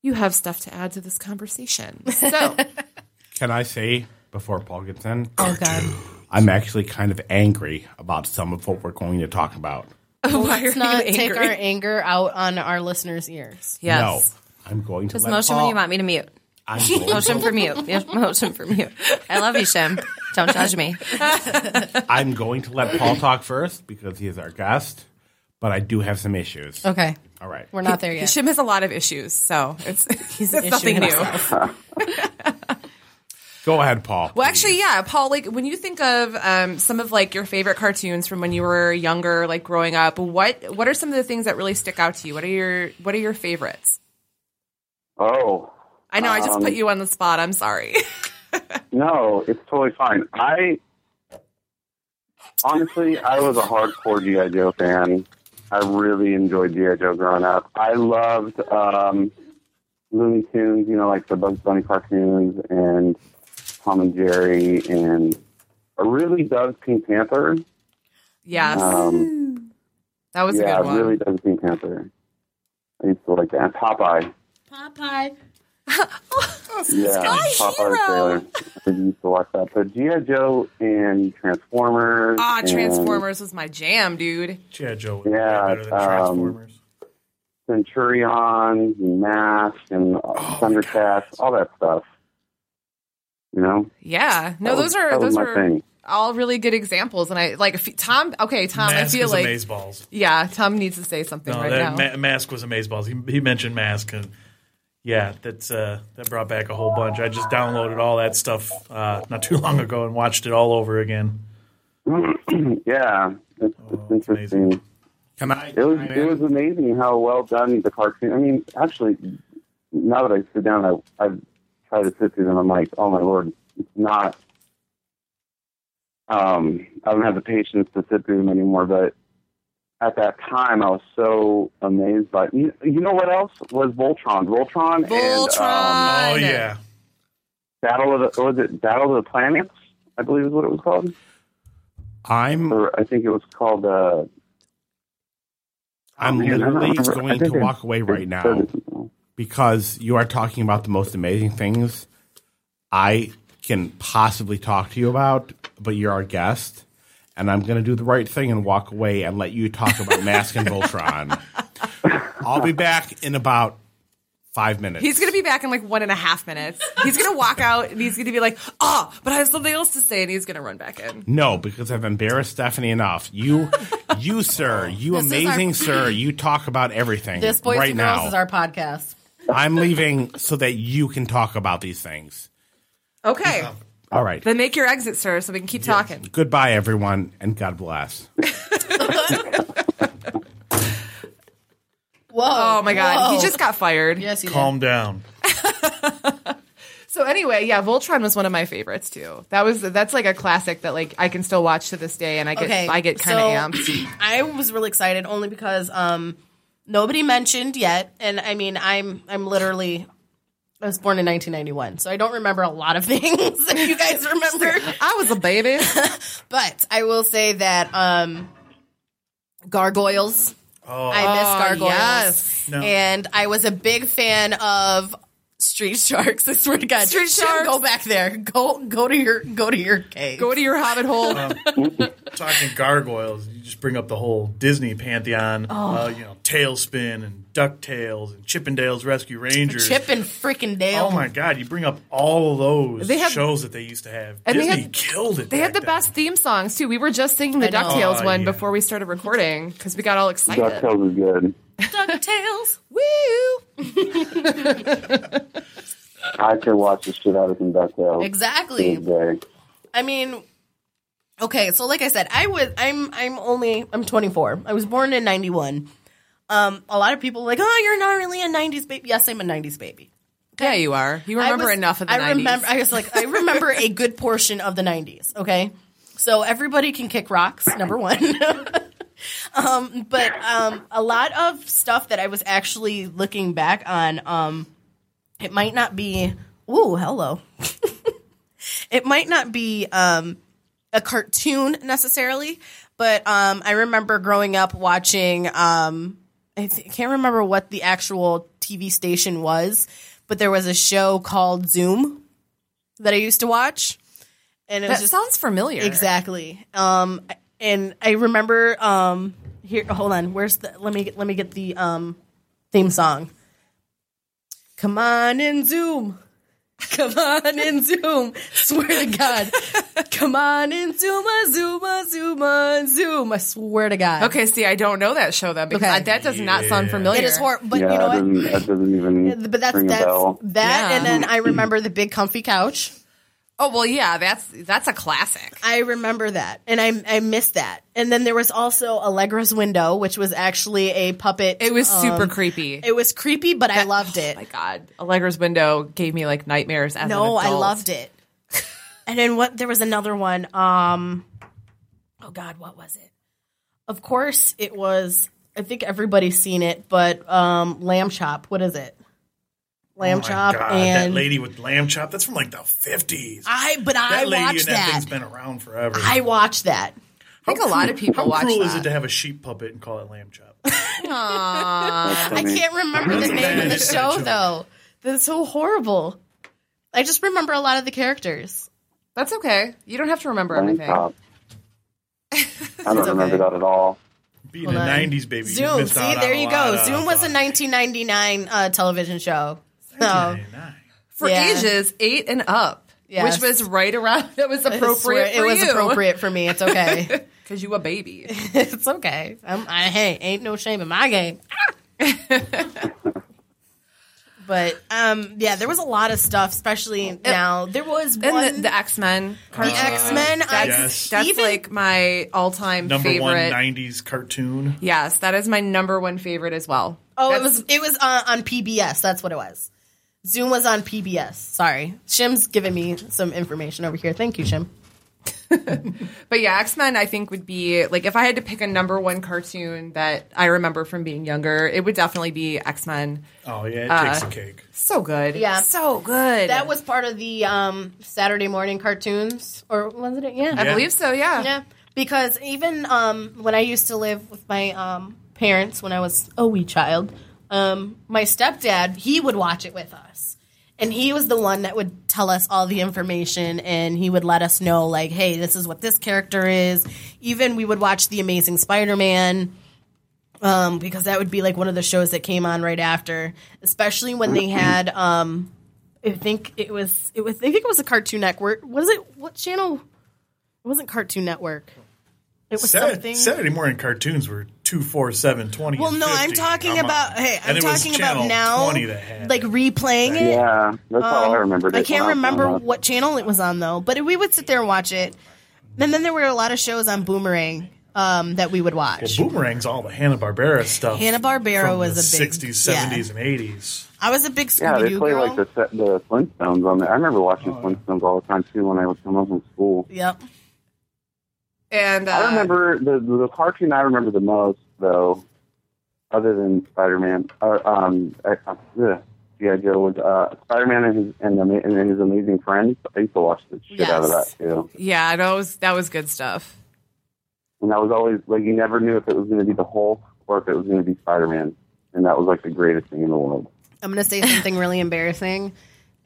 Speaker 2: you have stuff to add to this conversation. So
Speaker 5: Can I say before Paul gets in?
Speaker 3: Oh God.
Speaker 5: I'm actually kind of angry about some of what we're going to talk about.
Speaker 2: why are
Speaker 3: Let's not
Speaker 2: you
Speaker 3: take
Speaker 2: angry?
Speaker 3: our anger out on our listeners' ears.
Speaker 6: Yes.
Speaker 5: No, I'm going to
Speaker 6: Just
Speaker 5: let
Speaker 6: motion
Speaker 5: Paul,
Speaker 6: when you want me to mute.
Speaker 5: I'm going,
Speaker 6: Motion for mute. Yeah, Motion for mute. I love you, Shim. Don't judge me.
Speaker 5: I'm going to let Paul talk first because he is our guest, but I do have some issues.
Speaker 3: Okay.
Speaker 5: All right.
Speaker 3: We're not there yet.
Speaker 2: Shim has a lot of issues, so it's, it's nothing new.
Speaker 5: Go ahead, Paul.
Speaker 2: Well, actually, yeah, Paul. Like when you think of um, some of like your favorite cartoons from when you were younger, like growing up, what what are some of the things that really stick out to you? What are your what are your favorites?
Speaker 7: Oh,
Speaker 2: I know I just put you on the spot. I'm sorry.
Speaker 7: no, it's totally fine. I honestly, I was a hardcore G.I. Joe fan. I really enjoyed G.I. Joe growing up. I loved um, Looney Tunes, you know, like the Bugs Bunny cartoons and Tom and Jerry, and I really dug Pink Panther.
Speaker 2: yes,
Speaker 7: Um,
Speaker 2: that was
Speaker 7: yeah,
Speaker 2: a good
Speaker 7: I
Speaker 2: one.
Speaker 7: really dug Pink Panther. I used to like that. And Popeye.
Speaker 3: Popeye.
Speaker 7: Yeah, Popeye the Sailor. I used to watch that. But GI Joe and Transformers.
Speaker 2: Ah,
Speaker 7: and-
Speaker 2: Transformers was my jam, dude.
Speaker 4: Chad Joe would be
Speaker 7: Yeah,
Speaker 4: better than
Speaker 7: um,
Speaker 4: Transformers.
Speaker 7: Centurion, Mask, and
Speaker 2: Oh,
Speaker 7: uh, Thundercats, all that stuff. You know,
Speaker 2: Yeah, no,
Speaker 7: That was-
Speaker 2: those are
Speaker 7: that was
Speaker 2: those
Speaker 7: my
Speaker 2: are
Speaker 7: thing.
Speaker 2: all really good examples. And I like if, Tom. Okay, Tom.
Speaker 4: Mask
Speaker 2: Um, I feel
Speaker 4: was
Speaker 2: like
Speaker 4: amazeballs.
Speaker 2: yeah, Tom needs to say something
Speaker 4: No,
Speaker 2: right now.
Speaker 4: that ma- mask was amazeballs. He, he mentioned mask, and yeah, that's uh, that brought back a whole bunch. I just downloaded all that stuff uh, not too long ago and watched it all over again.
Speaker 7: yeah, it's, it's interesting.
Speaker 4: amazing.
Speaker 5: can I?
Speaker 7: It was
Speaker 5: chime
Speaker 7: it
Speaker 5: in?
Speaker 7: was amazing how well done the cartoon. I mean, actually, now that I sit down, I I try to sit through them. I'm like, oh my lord, it's not. Um, I don't have the patience to sit through them anymore. But at that time, I was so amazed by. You, you know what else was Voltron? Voltron, and um,
Speaker 2: Voltron.
Speaker 4: Oh yeah,
Speaker 7: Battle of the what was it Battle of the Planets? I believe is what it was called.
Speaker 5: I'm
Speaker 7: Or I think it was called. Uh,
Speaker 5: I'm
Speaker 7: man, Um, I don't
Speaker 5: literally
Speaker 7: remember. I
Speaker 5: going
Speaker 7: think
Speaker 5: to
Speaker 7: it-
Speaker 5: walk away right now
Speaker 7: now.
Speaker 5: because you are talking about the most amazing things I can possibly talk to you about, but you're our guest. And I'm going to do the right thing and walk away and let you talk about Mask and Voltron. I'll be back in about five minutes.
Speaker 2: He's gonna be back in like one and a half minutes. He's gonna walk out and he's gonna be like, "Ah, but I have something else to say," and he's gonna run back in.
Speaker 5: No, because I've embarrassed Stephanie enough. You, you, sir, you
Speaker 3: is
Speaker 5: amazing
Speaker 3: our-
Speaker 5: sir, you talk about everything
Speaker 3: This Boys
Speaker 5: right
Speaker 3: and
Speaker 5: now.
Speaker 3: Girls is our podcast.
Speaker 5: I'm leaving so that you can talk about these things.
Speaker 2: Okay,
Speaker 5: All right.
Speaker 2: then make your exit, sir, so we can keep talking.
Speaker 5: Goodbye, everyone, and God bless.
Speaker 3: Whoa.
Speaker 2: Oh my god,
Speaker 3: whoa.
Speaker 2: he just got fired.
Speaker 3: Yes, you
Speaker 4: Calm down.
Speaker 2: So anyway, yeah, Voltron was one of my favorites too. That was that's like a classic that like I can still watch to this day, and I get
Speaker 3: Okay,
Speaker 2: I get kind
Speaker 3: so-
Speaker 2: of amped.
Speaker 3: I was really excited only because um, nobody mentioned yet, and I mean, I'm I'm literally I was born in 1991, so I don't remember a lot of things that you guys remember.
Speaker 2: I was a baby.
Speaker 3: But I will say that um, gargoyles. I miss gargoyles.
Speaker 2: Oh, yes.
Speaker 4: Oh. No.
Speaker 3: And I was a big fan of Street Sharks. I swear to God,
Speaker 2: Street
Speaker 3: Jim,
Speaker 2: Sharks.
Speaker 3: Go back there. Go go to your go to your cave.
Speaker 2: Go to your hobbit hole.
Speaker 4: Oh, Talking gargoyles, you just bring up the whole Disney pantheon.
Speaker 2: Oh.
Speaker 4: Uh, you know, Tailspin and Ducktales and Chippendales Rescue Rangers.
Speaker 3: Chip and freaking Dale.
Speaker 4: Oh my God! You bring up all of those
Speaker 2: They have-
Speaker 4: shows that they used to have.
Speaker 2: And they
Speaker 4: Disney
Speaker 2: had-
Speaker 4: killed it.
Speaker 2: They had the
Speaker 4: back then.
Speaker 2: best theme songs too. We were just singing the
Speaker 3: I know.
Speaker 2: Ducktales
Speaker 4: Oh,
Speaker 2: one
Speaker 4: yeah.
Speaker 2: before we started recording because we got all excited.
Speaker 7: DuckTales is good.
Speaker 3: Ducktales.
Speaker 2: Woo!
Speaker 7: I could watch the shit out of some DuckTales.
Speaker 3: Exactly.
Speaker 7: to this day.
Speaker 3: I mean, okay, so like I said, I was I'm I'm only I'm 24. I was born in 91. Um, a lot of people are like, oh, you're not really a 90s baby. Yes, I'm a 90s baby.
Speaker 2: Yeah, you are. You remember
Speaker 3: I was-
Speaker 2: enough of the
Speaker 3: I
Speaker 2: 90s.
Speaker 3: remember. I was like, I remember a good portion of the 90s. Okay, so everybody can kick rocks. Number one. um, but um, a lot of stuff that I was actually looking back on, um, it might not be. Ooh, hello. it might not be um, a cartoon necessarily, but um, I remember growing up watching. Um, I th- can't remember what the actual TV station was, but there was a show called Zoom that I used to watch, and it
Speaker 2: that
Speaker 3: was just
Speaker 2: sounds familiar.
Speaker 3: exactly. Um, and I remember um, here. Hold on, where's the? Let me let me get the um, theme song. Come on in Zoom. Come on in Zoom. Swear to God. Come on in Zoom, Zoom, Zoom, Zoom. I swear to God.
Speaker 2: Okay, see, I don't know that show then because
Speaker 3: Okay.
Speaker 2: I- that does not sound familiar.
Speaker 3: It is horrible, but
Speaker 7: Yeah,
Speaker 3: you know
Speaker 7: that,
Speaker 3: what?
Speaker 7: doesn't, that doesn't even
Speaker 3: But that's
Speaker 7: ring a
Speaker 3: that's
Speaker 7: bell.
Speaker 3: that,
Speaker 2: Yeah.
Speaker 3: and then I remember the big comfy couch.
Speaker 2: Oh well, yeah, that's that's a classic.
Speaker 3: I remember that, and I I missed that. And then there was also Allegra's window, which was actually a puppet.
Speaker 2: It was
Speaker 3: um,
Speaker 2: super creepy. Oh,
Speaker 3: It was creepy, but I loved it.
Speaker 4: Oh
Speaker 2: My God, Allegra's window gave me like nightmares. As
Speaker 3: no,
Speaker 2: an
Speaker 3: I
Speaker 2: adult.
Speaker 3: loved it. and then what? There was another one. Um, oh God, what was it? Of course, it was. I think everybody's seen it, but um, lamb chop. What is it? Lamb
Speaker 4: Oh my
Speaker 3: chop
Speaker 4: God,
Speaker 3: and
Speaker 4: that lady with lamb chop. That's from like the fifties.
Speaker 3: I. But I
Speaker 4: That lady
Speaker 3: watched
Speaker 4: and that,
Speaker 3: that.
Speaker 4: thing's been around forever.
Speaker 3: I watched that.
Speaker 2: I think a lot of people
Speaker 4: How
Speaker 2: watch
Speaker 4: cruel
Speaker 2: that.
Speaker 4: is it to have a sheep puppet and call it lamb chop?
Speaker 7: That's
Speaker 3: uh, I
Speaker 7: funny.
Speaker 3: can't remember the name of the show though. That's so horrible. I just remember a lot of the characters.
Speaker 2: That's okay. You don't have to remember
Speaker 7: Lamb
Speaker 2: everything.
Speaker 7: chop. I don't remember that at all.
Speaker 4: Being a nineties baby, you
Speaker 3: Zoom.
Speaker 4: missed
Speaker 3: See,
Speaker 4: out on
Speaker 3: there
Speaker 4: a
Speaker 3: you
Speaker 4: lot
Speaker 3: go.
Speaker 4: of-
Speaker 3: Zoom was a 1999 uh, television show. So
Speaker 4: 1999.
Speaker 2: For
Speaker 3: Yeah.
Speaker 2: ages eight and up, which
Speaker 3: Yes.
Speaker 2: was right around that was
Speaker 3: I swear,
Speaker 2: appropriate.
Speaker 3: it was appropriate for me. It's okay.
Speaker 2: because you a baby.
Speaker 3: it's okay. I'm, I hey, ain't no shame in my game. but um, yeah, there was a lot of stuff, especially now. There was one
Speaker 2: And the, the X Men.
Speaker 3: X Men.
Speaker 4: yes.
Speaker 2: That's like my all time
Speaker 4: number one
Speaker 2: favorite.
Speaker 4: nineties cartoon.
Speaker 2: yes, that is my number one favorite as well.
Speaker 3: Oh, it
Speaker 2: That's-
Speaker 3: was it was uh, on PBS. That's what it was. Zoom was on PBS. Sorry, Shim's giving me some information over here. Thank you, Shim.
Speaker 2: But yeah, X Men I think would be like if I had to pick a number one cartoon that I remember from being younger, it would definitely be X Men.
Speaker 4: Oh yeah, it
Speaker 3: Uh,
Speaker 4: takes a cake.
Speaker 2: So good.
Speaker 3: Yeah.
Speaker 2: So good.
Speaker 3: That was part of the um, Saturday morning cartoons, or was it? Yeah,
Speaker 2: I believe so, yeah.
Speaker 3: yeah. Because even um, when I used to live with my um, parents when I was a wee child, um, my stepdad he would watch it with us, and he was the one that would tell us all the information, and he would let us know like, hey, this is what this character is. Even we would watch the Amazing Spider Man. um, because that would be like one of the shows that came on right after, especially when they had. Um, I think it was. It was. I think it was a Cartoon Network. Was it what channel? It wasn't Cartoon Network. It was
Speaker 4: Saturday,
Speaker 3: something.
Speaker 4: Saturday morning cartoons were two, four, seven, twenty.
Speaker 3: Well,
Speaker 4: and
Speaker 3: no, I'm
Speaker 4: 50.
Speaker 3: talking
Speaker 4: Come
Speaker 3: about.
Speaker 4: on.
Speaker 3: Hey, I'm
Speaker 4: And it was
Speaker 3: talking about
Speaker 4: Channel
Speaker 3: now.
Speaker 4: 20 that had
Speaker 3: like
Speaker 4: it.
Speaker 3: replaying it.
Speaker 7: Yeah, that's all I remembered.
Speaker 3: Um, I
Speaker 7: it
Speaker 3: can't
Speaker 7: when was
Speaker 3: remember
Speaker 7: growing up.
Speaker 3: what channel it was on though, but we would sit there and watch it. And then there were a lot of shows on Boomerang um, that we would watch.
Speaker 4: Well, Boomerang's all the Hanna Barbera stuff.
Speaker 3: Hanna Barbera
Speaker 4: from
Speaker 3: was
Speaker 4: the
Speaker 3: a big
Speaker 4: '60s,
Speaker 3: yeah.
Speaker 4: '70s, and '80s.
Speaker 3: I was a big
Speaker 7: Yeah,
Speaker 3: Scooby
Speaker 7: they
Speaker 3: Doo
Speaker 7: play
Speaker 3: girl. Oh.
Speaker 7: like the set, the Flintstones on there. I remember watching Flintstones all the time too when I would come home from school.
Speaker 3: Yep.
Speaker 2: And uh,
Speaker 7: I remember the the cartoon I remember the most though, other than Spider Man or um I- I- ugh, GI Joe was uh, Spider Man and his and, ama- and his amazing friends. I used to watch the shit out of
Speaker 3: Yes.
Speaker 7: that too,
Speaker 2: yeah, that was that was good stuff.
Speaker 7: and I was always like you never knew if it was going to be the Hulk or if it was going to be Spider Man, and that was like the greatest thing in the world.
Speaker 3: I'm going to say something really embarrassing.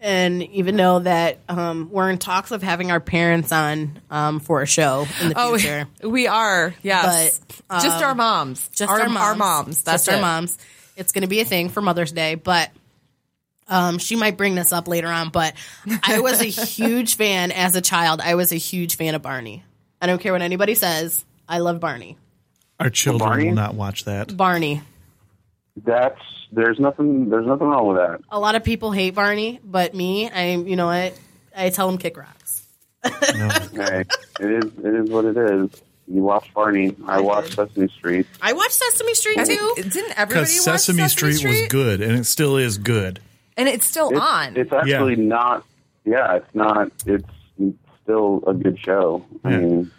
Speaker 3: And even though that um, we're in talks of having our parents on um, for a show in the
Speaker 2: Oh,
Speaker 3: future,
Speaker 2: we are. Yes.
Speaker 3: But,
Speaker 2: just our moms.
Speaker 3: Um, just
Speaker 2: our,
Speaker 3: our moms.
Speaker 2: Our moms. That's
Speaker 3: just our
Speaker 2: it.
Speaker 3: moms. It's going to be a thing for Mother's Day, but um, she might bring this up later on. But I was a huge fan as a child. I was a huge fan of Barney. I don't care what anybody says. I love Barney.
Speaker 8: Our children
Speaker 7: Barney?
Speaker 8: will not watch that.
Speaker 3: Barney.
Speaker 7: That's there's nothing there's nothing wrong with that.
Speaker 3: A lot of people hate Barney, but me, I you know what? I tell him kick rocks.
Speaker 7: Okay, it is it is what it is. You watch Barney. I watched Sesame Street.
Speaker 3: I watch Sesame Street
Speaker 2: I
Speaker 3: too.
Speaker 2: think, didn't everybody watch
Speaker 8: Because Sesame, Street, was good, and it still is good.
Speaker 2: and it's still
Speaker 7: It's-
Speaker 2: on.
Speaker 7: It's actually
Speaker 8: Yeah.
Speaker 7: not. Yeah, it's not. It's still a good show. I mean,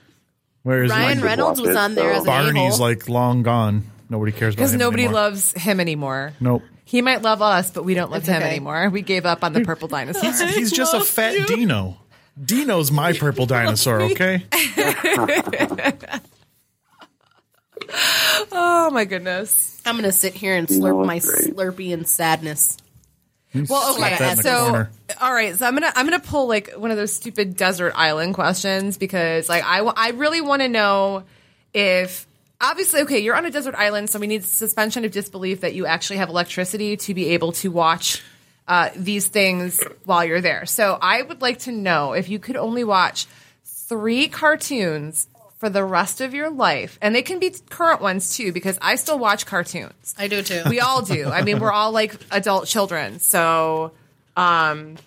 Speaker 8: Whereas
Speaker 3: Ryan
Speaker 8: like,
Speaker 3: Reynolds was on there as an
Speaker 8: Barney's
Speaker 3: a-hole.
Speaker 8: like long gone. Nobody cares about
Speaker 2: because
Speaker 8: him
Speaker 2: nobody
Speaker 8: anymore.
Speaker 2: loves him anymore.
Speaker 8: Nope.
Speaker 2: He might love us, but we don't love
Speaker 3: It's
Speaker 2: him
Speaker 3: okay.
Speaker 2: anymore. We gave up on the purple dinosaur.
Speaker 8: He's just a fat Dino. Dino's my purple dinosaur. Okay.
Speaker 2: oh my goodness.
Speaker 3: I'm gonna sit here and
Speaker 7: You know
Speaker 3: slurp
Speaker 7: what's
Speaker 3: my
Speaker 7: great?
Speaker 3: Slurpee in sadness.
Speaker 2: Well, okay.
Speaker 8: Slap that in the
Speaker 2: so
Speaker 8: corner.
Speaker 2: all right, so I'm going to I'm going to pull like one of those stupid desert island questions because like I wa- I really want to know if obviously okay, you're on a desert island so we need suspension of disbelief that you actually have electricity to be able to watch uh, these things while you're there. So I would like to know if you could only watch three cartoons for the rest of your life, and they can be current ones too, because I still watch cartoons.
Speaker 3: I do too.
Speaker 2: We all do. I mean, we're all like adult children. So, um,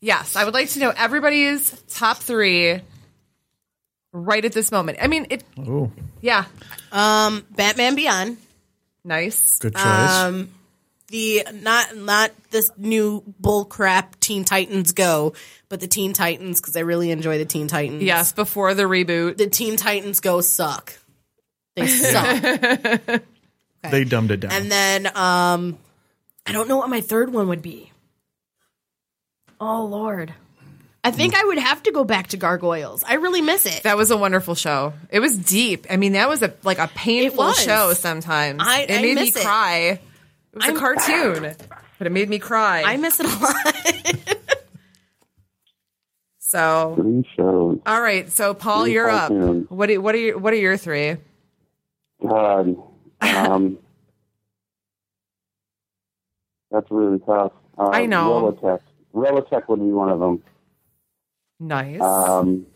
Speaker 2: yes, I would like to know everybody's top three right at this moment. I mean, it,
Speaker 8: Ooh,
Speaker 2: yeah,
Speaker 3: Batman Beyond.
Speaker 2: nice.
Speaker 8: good choice.
Speaker 3: Um, the not not this new bull crap Teen Titans Go, but the Teen Titans because I really enjoy the Teen Titans.
Speaker 2: Yes, before the reboot.
Speaker 3: the Teen Titans Go suck. They suck.
Speaker 8: they dumbed it down.
Speaker 3: and then um, I don't know what my third one would be. Oh Lord, I think I would have to go back to Gargoyles. I really miss it.
Speaker 2: That was a wonderful show. It was deep. I mean, that was a like a painful
Speaker 3: was.
Speaker 2: show sometimes.
Speaker 3: I-
Speaker 2: it
Speaker 3: I
Speaker 2: made
Speaker 3: miss
Speaker 2: me
Speaker 3: it.
Speaker 2: cry. It was
Speaker 3: I'm-
Speaker 2: a cartoon, but it made me cry.
Speaker 3: I miss it a lot.
Speaker 2: so,
Speaker 7: three shows.
Speaker 2: all right. So, Paul, you're up.
Speaker 7: cartoons.
Speaker 2: What do, what are your what are your three?
Speaker 7: God, um, that's really tough. Uh,
Speaker 2: I know.
Speaker 7: Relotech. Relotech would be one of them.
Speaker 2: Nice.
Speaker 7: Um,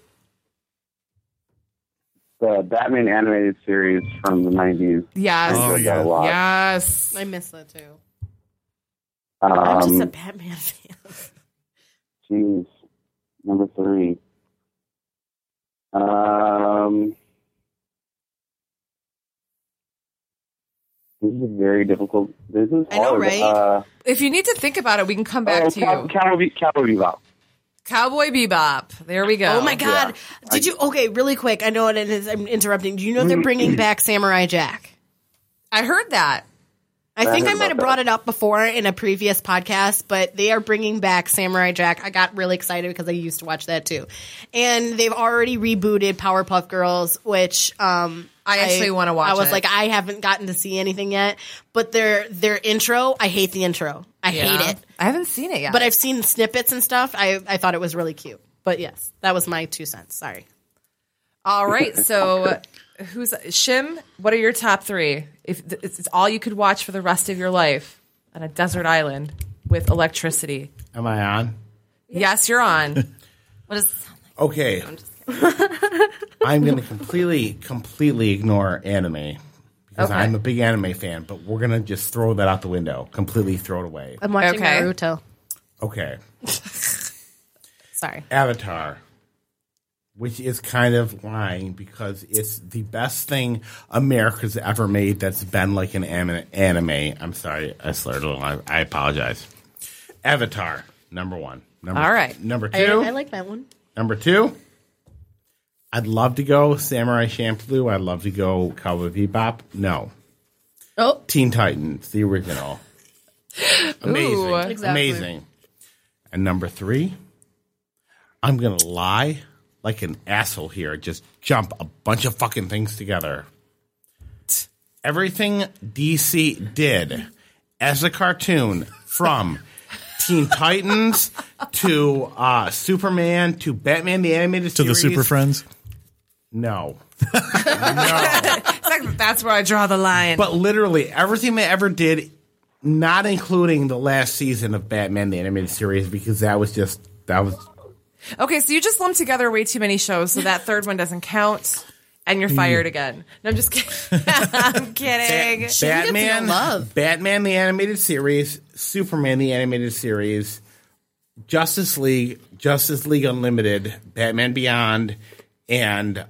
Speaker 7: the Batman animated series from the nineties.
Speaker 2: yes.
Speaker 8: Oh,
Speaker 7: enjoyed
Speaker 8: yeah.
Speaker 7: that a lot.
Speaker 2: Yes.
Speaker 3: I miss that too. I'm just a
Speaker 7: Um,
Speaker 3: Batman fan.
Speaker 7: Jeez. Number three. Um, this is very difficult. This is
Speaker 3: I know,
Speaker 7: hard.
Speaker 3: right?
Speaker 7: Uh,
Speaker 2: If you need to think about it, we can come back
Speaker 7: oh,
Speaker 2: to
Speaker 7: Cow-
Speaker 2: you.
Speaker 7: Cowboy, Cowboy Bebop.
Speaker 2: Cowboy Bebop. There we go.
Speaker 3: Oh my god! Did you okay? Really quick, I know it is. I'm interrupting. Do you know they're
Speaker 7: Mm-hmm.
Speaker 3: bringing back Samurai Jack?
Speaker 2: I heard that.
Speaker 3: I think I
Speaker 7: heard
Speaker 3: might
Speaker 7: about
Speaker 3: have brought
Speaker 7: that.
Speaker 3: it up before in a previous podcast, but they are bringing back Samurai Jack. I got really excited because I used to watch that too, and they've already rebooted Powerpuff Girls, which um,
Speaker 2: I actually wanna watch
Speaker 3: I was
Speaker 2: it.
Speaker 3: like, I haven't gotten to see anything yet, but their their intro, I hate the intro. I hate it,
Speaker 2: I haven't seen it yet.
Speaker 3: but I've seen snippets and stuff. I I thought it was really cute, but yes, that was my two cents. Sorry.
Speaker 2: all right. So who's Shim? What are your top three? If th- it's, it's all you could watch for the rest of your life on a desert island with electricity.
Speaker 5: Am I on?
Speaker 2: Yes, you're on.
Speaker 3: What does it sound like?
Speaker 5: Okay. I'm going to completely, completely ignore anime because
Speaker 2: Okay.
Speaker 5: I'm a big anime fan, but we're going to just throw that out the window, completely throw it away.
Speaker 3: I'm watching
Speaker 2: Okay.
Speaker 3: Naruto.
Speaker 5: Okay.
Speaker 3: Sorry.
Speaker 5: Avatar, which is kind of lying because it's the best thing America's ever made that's been like an ami- anime. I'm sorry, I slurred a little. I, I apologize. Avatar, number one. Number,
Speaker 2: All right.
Speaker 5: Number two.
Speaker 3: I, I like that one.
Speaker 5: Number two, I'd love to go Samurai Champloo. I'd love to go Cowboy Bebop. No.
Speaker 3: Oh.
Speaker 5: Teen Titans, the original. Amazing.
Speaker 2: Ooh.
Speaker 3: Exactly.
Speaker 5: Amazing. And number three, I'm going to lie like an asshole here. Just jump a bunch of fucking things together. Everything DC did as a cartoon from Teen Titans to uh, Superman to Batman the Animated
Speaker 4: to the
Speaker 5: Series.
Speaker 4: Super Friends.
Speaker 5: No. no.
Speaker 2: It's like, that's where I draw the line.
Speaker 5: But literally everything they ever did, not including the last season of Batman the Animated Series, because that was just that was
Speaker 2: okay, so you just lumped together way too many shows, so that third one doesn't count, and
Speaker 5: Mm.
Speaker 2: you're fired again. No, I'm just kidding. I'm kidding.
Speaker 3: gets no
Speaker 5: Batman,
Speaker 3: love.
Speaker 5: Batman the Animated Series, Superman the Animated Series, Justice League, Justice League Unlimited, Batman Beyond, and uh,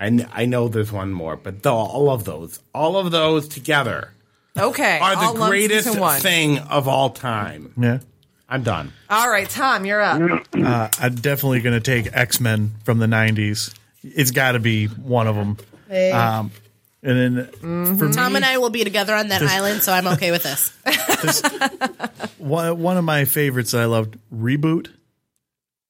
Speaker 5: I kn- I know there's one more, but the, all of those, all of those together
Speaker 2: Okay,
Speaker 5: are
Speaker 2: all
Speaker 5: the
Speaker 2: lumped
Speaker 5: greatest
Speaker 2: into one.
Speaker 5: thing of all time.
Speaker 4: Yeah.
Speaker 5: I'm done.
Speaker 2: All right, Tom, you're up.
Speaker 4: Uh, I'm definitely going to take X Men from the 90s. It's got to be one of them. Um, and then for me,
Speaker 3: Mm-hmm. Tom and I will be together on that island, so I'm okay with this.
Speaker 4: one, one of my favorites that I loved, Reboot.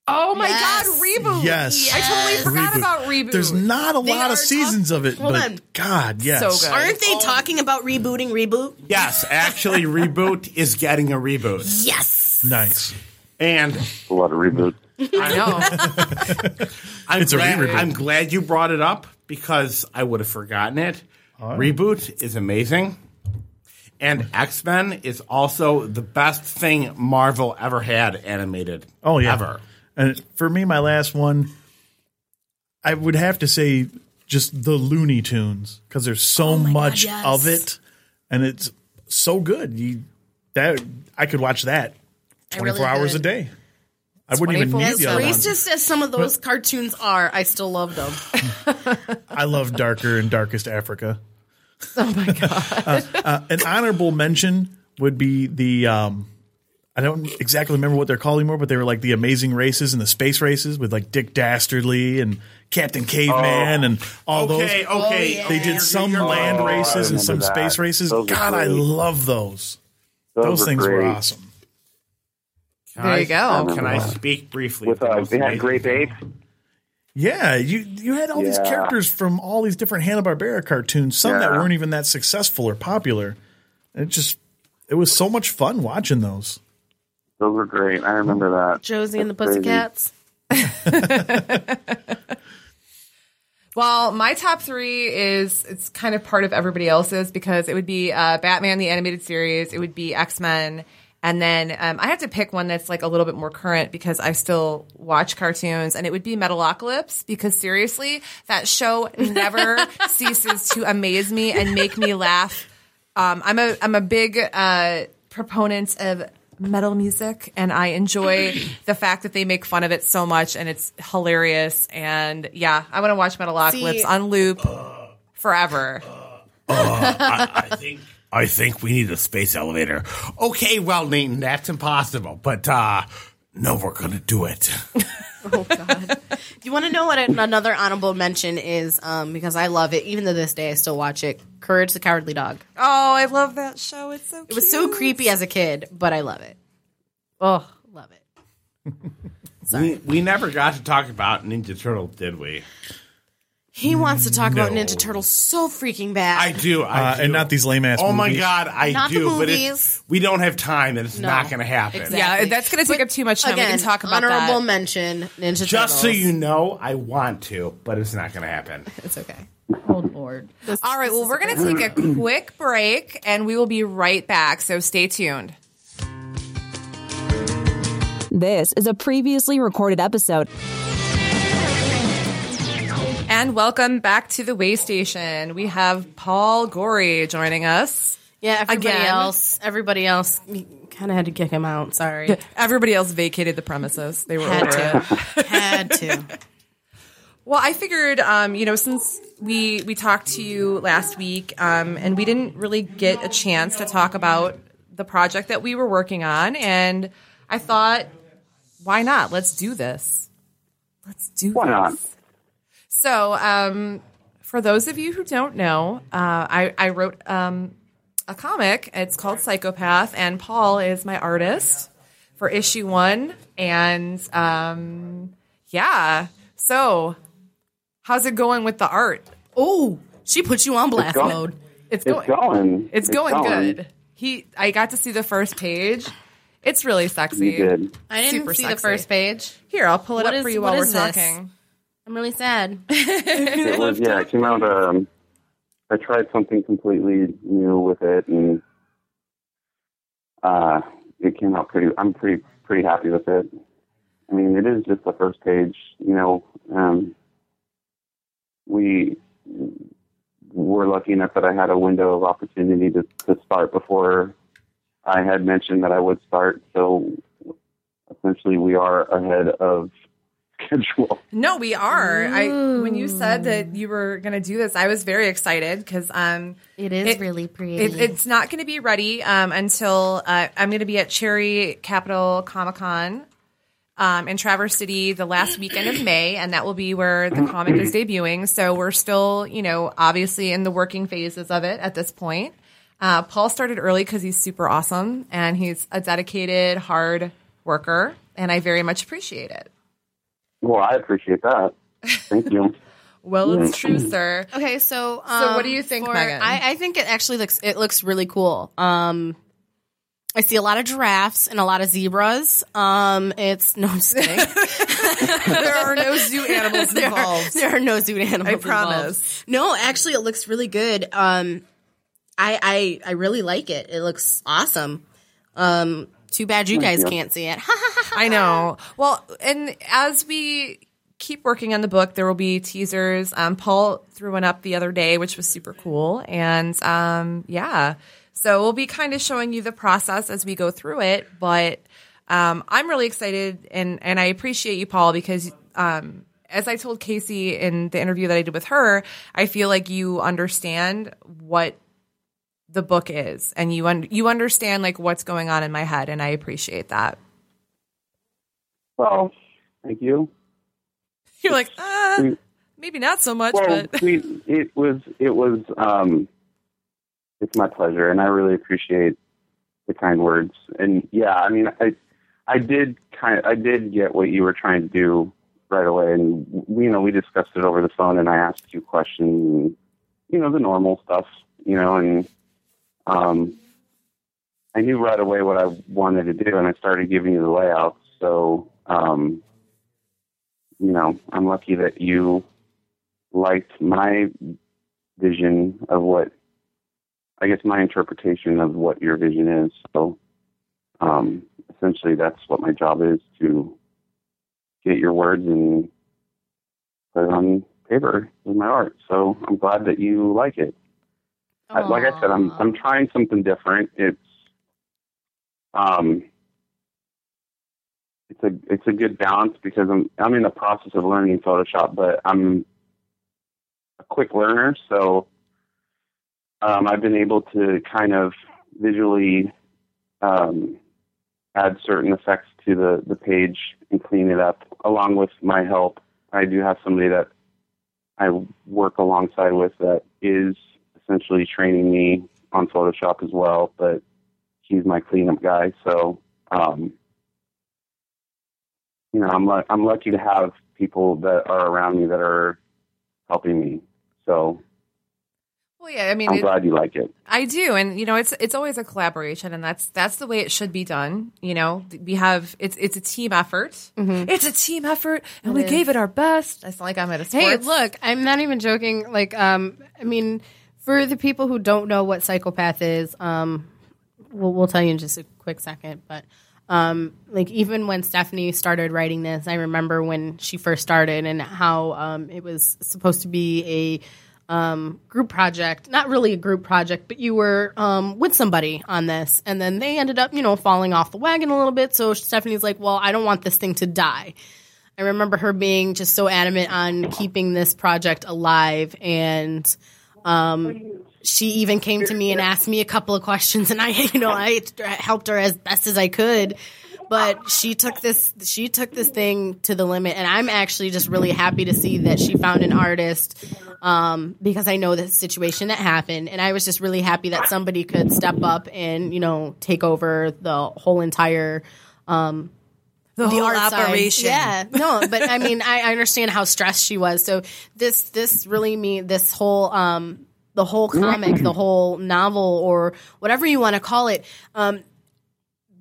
Speaker 2: Oh my
Speaker 3: Yes.
Speaker 2: God, reboot.
Speaker 4: Yes.
Speaker 2: I totally forgot
Speaker 4: Reboot.
Speaker 2: about reboot.
Speaker 4: There's not a
Speaker 3: They
Speaker 4: lot
Speaker 3: are
Speaker 4: of seasons of it,
Speaker 3: Hold
Speaker 4: but
Speaker 3: on.
Speaker 4: God, yes.
Speaker 2: So good.
Speaker 3: Aren't they talking about rebooting reboot?
Speaker 5: Yes, actually, reboot is getting a reboot,
Speaker 3: Yes.
Speaker 4: Nice.
Speaker 5: and
Speaker 7: A lot of reboots.
Speaker 2: I know.
Speaker 5: I'm
Speaker 4: a
Speaker 5: glad,
Speaker 4: re-reboot.
Speaker 5: I'm glad you brought it up because I would have forgotten it. Reboot is amazing. And X Men is also the best thing Marvel ever had animated.
Speaker 4: Oh yeah.
Speaker 5: Ever.
Speaker 4: And for me, my last one, I would have to say just the Looney Tunes because there's so much
Speaker 3: Oh yes.
Speaker 4: of it, and it's so good. You that I could watch that 24
Speaker 3: really
Speaker 4: hours
Speaker 3: could.
Speaker 4: a day. I wouldn't even
Speaker 2: 24
Speaker 4: need the other one.
Speaker 3: Racist as some of those cartoons are, I still love them.
Speaker 4: I love Darker and Darkest Africa. Oh my god! an honorable mention would be the. Um, I don't exactly remember what they're called anymore, but they were like the amazing races and the space races with like Dick Dastardly and Captain Caveman
Speaker 7: Oh,
Speaker 4: and all
Speaker 5: Okay,
Speaker 4: those.
Speaker 2: Oh,
Speaker 5: okay.
Speaker 4: They did some land
Speaker 7: right. Oh, I
Speaker 4: races and some
Speaker 7: remember that.
Speaker 4: space races.
Speaker 7: Those were
Speaker 4: God, I
Speaker 7: great.
Speaker 4: love those. Those,
Speaker 7: were
Speaker 4: things were
Speaker 7: great.
Speaker 4: awesome.
Speaker 2: There you go.
Speaker 5: Can I speak briefly?
Speaker 7: With uh,
Speaker 5: Those
Speaker 7: they had
Speaker 5: amazing-
Speaker 7: Grape Ape.
Speaker 4: Yeah, you you had all these
Speaker 7: Yeah.
Speaker 4: characters from all these different Hanna Barbera cartoons, some that
Speaker 7: Yeah.
Speaker 4: weren't even that successful or popular. It just it was so much fun watching those.
Speaker 7: Those were great. I remember that.
Speaker 3: Josie and the
Speaker 7: That's crazy.
Speaker 3: Pussycats.
Speaker 2: Well, my top three is it's kind of part of everybody else's because it would be uh, Batman the animated series, it would be X Men, and then um, I had to pick one that's like a little bit more current because I still watch cartoons, and it would be Metalocalypse because seriously, that show never ceases to amaze me and make me laugh. Um, I'm a I'm a big uh, proponent of metal music, and I enjoy the fact that they make fun of it so much, and it's hilarious. And yeah, I want to watch Metalocalypse
Speaker 3: See-
Speaker 2: on loop forever.
Speaker 5: I, I think I think we need a space elevator. Okay, well, Nathan, that's impossible. But uh no, we're gonna do it.
Speaker 3: Oh God! you want to know what an- another honorable mention is? Um, because I love it. Even to this day, I still watch it. Courage the Cowardly Dog.
Speaker 2: Oh, I love that show. It's so.
Speaker 3: It was so creepy as a kid, but I love it. Oh, love it.
Speaker 5: We, we never got to talk about Ninja Turtle, did we?
Speaker 3: He wants to talk about Ninja Turtles so freaking bad.
Speaker 5: I do, I
Speaker 8: Uh,
Speaker 5: do.
Speaker 8: and not these lame-ass
Speaker 5: Oh my
Speaker 8: movies.
Speaker 5: god, I
Speaker 3: Not the
Speaker 5: do. But
Speaker 3: movies.
Speaker 5: it's, we don't have time, and it's not going to happen.
Speaker 2: Yeah,
Speaker 3: Exactly.
Speaker 2: that's going to take up too much time.
Speaker 3: Again,
Speaker 2: we can talk about
Speaker 3: honorable
Speaker 2: that.
Speaker 3: mention Ninja
Speaker 5: Just so
Speaker 3: Turtles.
Speaker 5: you know, I want to, but it's not going to happen.
Speaker 3: it's okay.
Speaker 6: Oh, Lord.
Speaker 2: All right, well, we're going to take a quick break and we will be right back. So stay tuned.
Speaker 1: This is a previously recorded episode.
Speaker 2: And welcome back to the Way Station. We have Paul Gorey joining us.
Speaker 3: Yeah, everybody
Speaker 2: Again.
Speaker 3: else, everybody else, kind of had to kick him out. Sorry,
Speaker 2: Everybody else vacated the premises. They were
Speaker 3: had
Speaker 2: over it.
Speaker 3: to, had to.
Speaker 2: Well, I figured, um, you know, since we we talked to you last week, um, and we didn't really get a chance to talk about the project that we were working on, and I thought, why not? Let's do this. Let's do
Speaker 7: Why
Speaker 2: this.
Speaker 7: not?
Speaker 2: So, um, for those of you who don't know, uh, I, I wrote um, a comic. It's called Psychopath, and Paul is my artist for issue one. And um, yeah, so how's it going with the art?
Speaker 3: Oh, she put you on blast
Speaker 7: Go.
Speaker 3: mode.
Speaker 2: It's
Speaker 7: It's
Speaker 2: going.
Speaker 7: going.
Speaker 2: It's going good. He. I got to see the first page. It's really sexy.
Speaker 7: You did.
Speaker 3: I didn't
Speaker 2: Super
Speaker 3: see the
Speaker 2: sexy.
Speaker 3: first page.
Speaker 2: Here, I'll pull it up
Speaker 3: What is-
Speaker 2: for you
Speaker 3: what
Speaker 2: while we're
Speaker 3: is this?
Speaker 2: talking.
Speaker 3: I'm really sad.
Speaker 7: It was, yeah, it came out. Um, I tried something completely new with it, and uh, it came out pretty. I'm pretty pretty happy with it. I mean, it is just the first page. You know, um, we were lucky enough that I had a window of opportunity to, to start before I had mentioned that I would start. So essentially, we are ahead of schedule.
Speaker 2: No, we are. I when you said that you were going to do this, I was very excited because um,
Speaker 3: It is
Speaker 2: It-
Speaker 3: really pretty.
Speaker 2: it, it's not going to be ready um, until uh, I'm going to be at Cherry Capital Comic Con um, in Traverse City the last weekend of May, and that will be where the comic is debuting. So we're still, you know, obviously in the working phases of it at this point. Uh, Paul started early because he's super awesome and he's a dedicated, hard worker, and I very much appreciate it.
Speaker 7: Well, I appreciate that. Thank you.
Speaker 2: Well, it's true, sir.
Speaker 3: okay, so
Speaker 2: So what
Speaker 3: um,
Speaker 2: do you think,
Speaker 3: for-
Speaker 2: Megan?
Speaker 3: I, I think it actually looks it looks really cool. Um, I see a lot of giraffes and a lot of zebras. Um, it's no, I'm just kidding.
Speaker 2: there are no zoo animals
Speaker 3: there, are,
Speaker 2: involved.
Speaker 3: there are no zoo
Speaker 2: I
Speaker 3: animals.
Speaker 2: promise.
Speaker 3: involved. No, actually, it looks really good. Um, I I I really like it. It looks awesome. Um, too bad you guys can't see it.
Speaker 2: I know. Well, and as we keep working on the book, there will be teasers. Um, Paul threw one up the other day, which was super cool. And um, yeah, so we'll be kind of showing you the process as we go through it. But um, I'm really excited, and and I appreciate you, Paul, because. Um, as I told Casey in the interview that I did with her, I feel like you understand what the book is, and you un- you understand like what's going on in my head, and I appreciate that.
Speaker 7: Well, thank you.
Speaker 2: You're like, uh,
Speaker 7: We-
Speaker 2: maybe not so much,
Speaker 7: Well,
Speaker 2: but
Speaker 7: we, it was it was um, it's my pleasure, and I really appreciate the kind words. And yeah, I mean, I I did kind I did get what you were trying to do right away, and you know, we discussed it over the phone, and I asked you questions, and, you know, the normal stuff, you know, and um, I knew right away what I wanted to do, and I started giving you the layout. So, um, you know, I'm lucky that you liked my vision of what I guess my interpretation of what your vision is. So um, essentially, that's what my job is to get your words and put it on paper with my art. So I'm glad that you like it. I, like I said, I'm I'm trying something different. It's um it's a it's a good balance because I'm I'm in the process of learning Photoshop, but I'm a quick learner, so um, I've been able to kind of visually um, add certain effects to the the page and clean it up, along with my help. I do have somebody that I work alongside with that is essentially training me on Photoshop as well, but he's my cleanup guy. So, um, you know, I'm lu- I'm lucky to have people that are around me that are helping me. So
Speaker 2: Well, yeah, I mean,
Speaker 7: I'm
Speaker 2: it,
Speaker 7: glad you like it.
Speaker 2: I do, and you know, it's it's always a collaboration, and that's that's the way it should be done. You know, we have it's it's a team effort. It's a team effort, and we gave Mm-hmm. it our best. I sound like I'm at a sports.
Speaker 3: Hey, look, I'm not even joking. Like, um, I mean, for the people who don't know what psychopath is, um, we'll, we'll tell you in just a quick second. But, um, like, even when Stephanie started writing this, I remember when she first started and how um, it was supposed to be a um, group project. Not really a group project, but you were um, with somebody on this. And then they ended up, you know, falling off the wagon a little bit. So Stephanie's like, well, I don't want this thing to die. I remember her being just so adamant on keeping this project alive and um she even came to me and asked me a couple of questions and I you know I helped her as best as I could but she took this she took this thing to the limit and I'm actually just really happy to see that she found an artist um because I know the situation that happened and I was just really happy that somebody could step up and you know take over the whole entire um
Speaker 9: The, whole
Speaker 3: art side.
Speaker 9: operation.
Speaker 3: Yeah, no, but I mean, I, I understand how stressed she was. So this this really mean this whole um the whole comic, the whole novel, or whatever you want to call it. Um,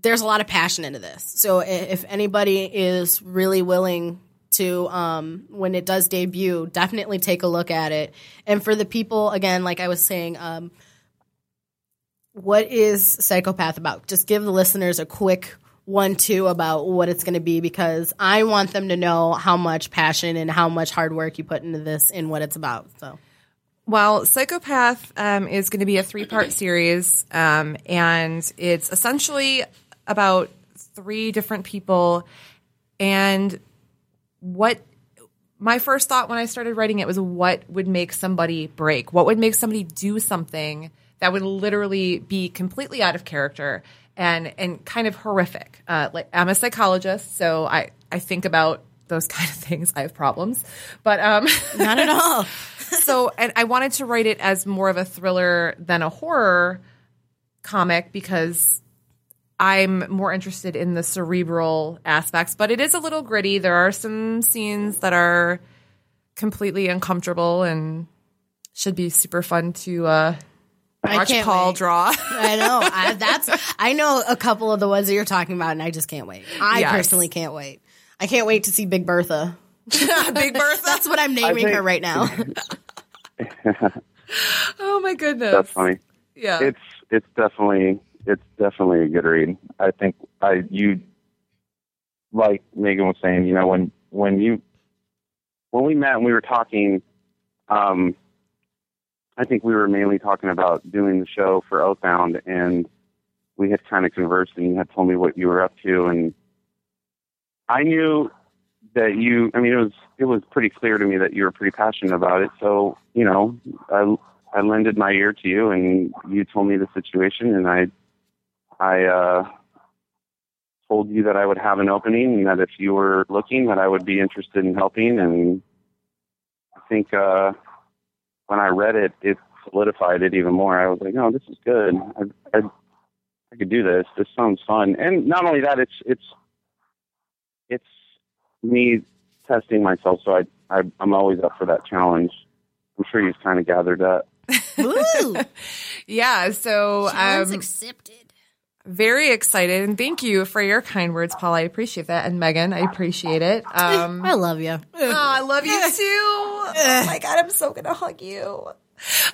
Speaker 3: there's a lot of passion into this. So i- if anybody is really willing to um, when it does debut, definitely take a look at it. And for the people, again, like I was saying, um, what is Psychopath about? Just give the listeners a quick one two about what it's going to be because I want them to know how much passion and how much hard work you put into this and what it's about. So
Speaker 2: Well, Psychopath um, is going to be a three part series, um, and it's essentially about three different people. And what my first thought when I started writing it was what would make somebody break? What would make somebody do something that would literally be completely out of character and and kind of horrific? Uh, like I'm a psychologist, so I I think about those kind of things. I have problems, but um,
Speaker 10: Not at all.
Speaker 2: so and I wanted to write it as more of a thriller than a horror comic because I'm more interested in the cerebral aspects, but it is a little gritty. There are some scenes that are completely uncomfortable and should be super fun to uh, watch
Speaker 3: can't
Speaker 2: Paul
Speaker 3: wait.
Speaker 2: draw.
Speaker 3: I know I, that's I know a couple of the ones that you're talking about, and I just can't wait. I
Speaker 2: Yes.
Speaker 3: personally can't wait. I can't wait to see Big Bertha.
Speaker 2: Big Bertha.
Speaker 3: That's what I'm naming her right now.
Speaker 2: Oh my goodness.
Speaker 7: That's funny.
Speaker 2: Yeah.
Speaker 7: it's it's definitely it's definitely a good read. I think I you like Megan was saying, you know, when when you when we met and we were talking, um, I think we were mainly talking about doing the show for Oathbound, and we had kind of conversed, and you had told me what you were up to, and I knew that you. I mean, it was it was pretty clear to me that you were pretty passionate about it. So you know, I I lended my ear to you, and you told me the situation, and I, I uh, told you that I would have an opening, and that if you were looking, that I would be interested in helping. And I think uh, when I read it, it solidified it even more. I was like, "No, this is good. I, I, I could do this. This sounds fun." And not only that, it's it's it's me testing myself, so I, I I'm always up for that challenge. I'm sure you've kind of gathered that.
Speaker 10: Ooh,
Speaker 2: yeah. So
Speaker 10: challenge
Speaker 2: um,
Speaker 10: accepted.
Speaker 2: very excited and thank you for your kind words, Paul. I appreciate that. And Megan, I appreciate it. Um,
Speaker 10: I love you.
Speaker 2: Oh, I love you too. Oh my god, I'm so gonna hug you.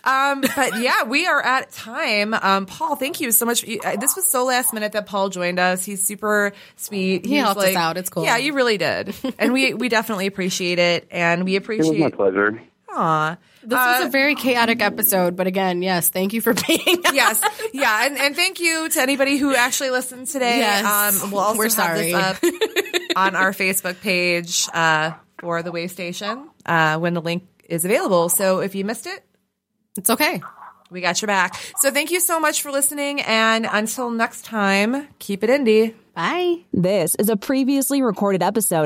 Speaker 2: Um, but yeah, we are at time. Um, Paul, thank you so much. You- uh, This was so last minute that Paul joined us. He's super sweet. He
Speaker 10: helped us out. It's cool.
Speaker 2: Yeah, you really did, and we we definitely appreciate it, and we
Speaker 7: It was my
Speaker 2: appreciate.
Speaker 7: pleasure.
Speaker 2: Aw.
Speaker 3: This was
Speaker 2: Uh,
Speaker 3: a very chaotic episode, but again, yes, thank you for being.
Speaker 2: yes, yeah, and, and thank you to anybody who actually listened today.
Speaker 10: Yes.
Speaker 2: Um, we'll also
Speaker 10: We're
Speaker 2: have this
Speaker 10: sorry.
Speaker 2: up on our Facebook page uh, for the Way Station uh, when the link is available. So if you missed it,
Speaker 10: It's okay.
Speaker 2: We got your back. So thank you so much for listening. And until next time, keep it indie.
Speaker 3: Bye.
Speaker 1: This is a previously recorded episode.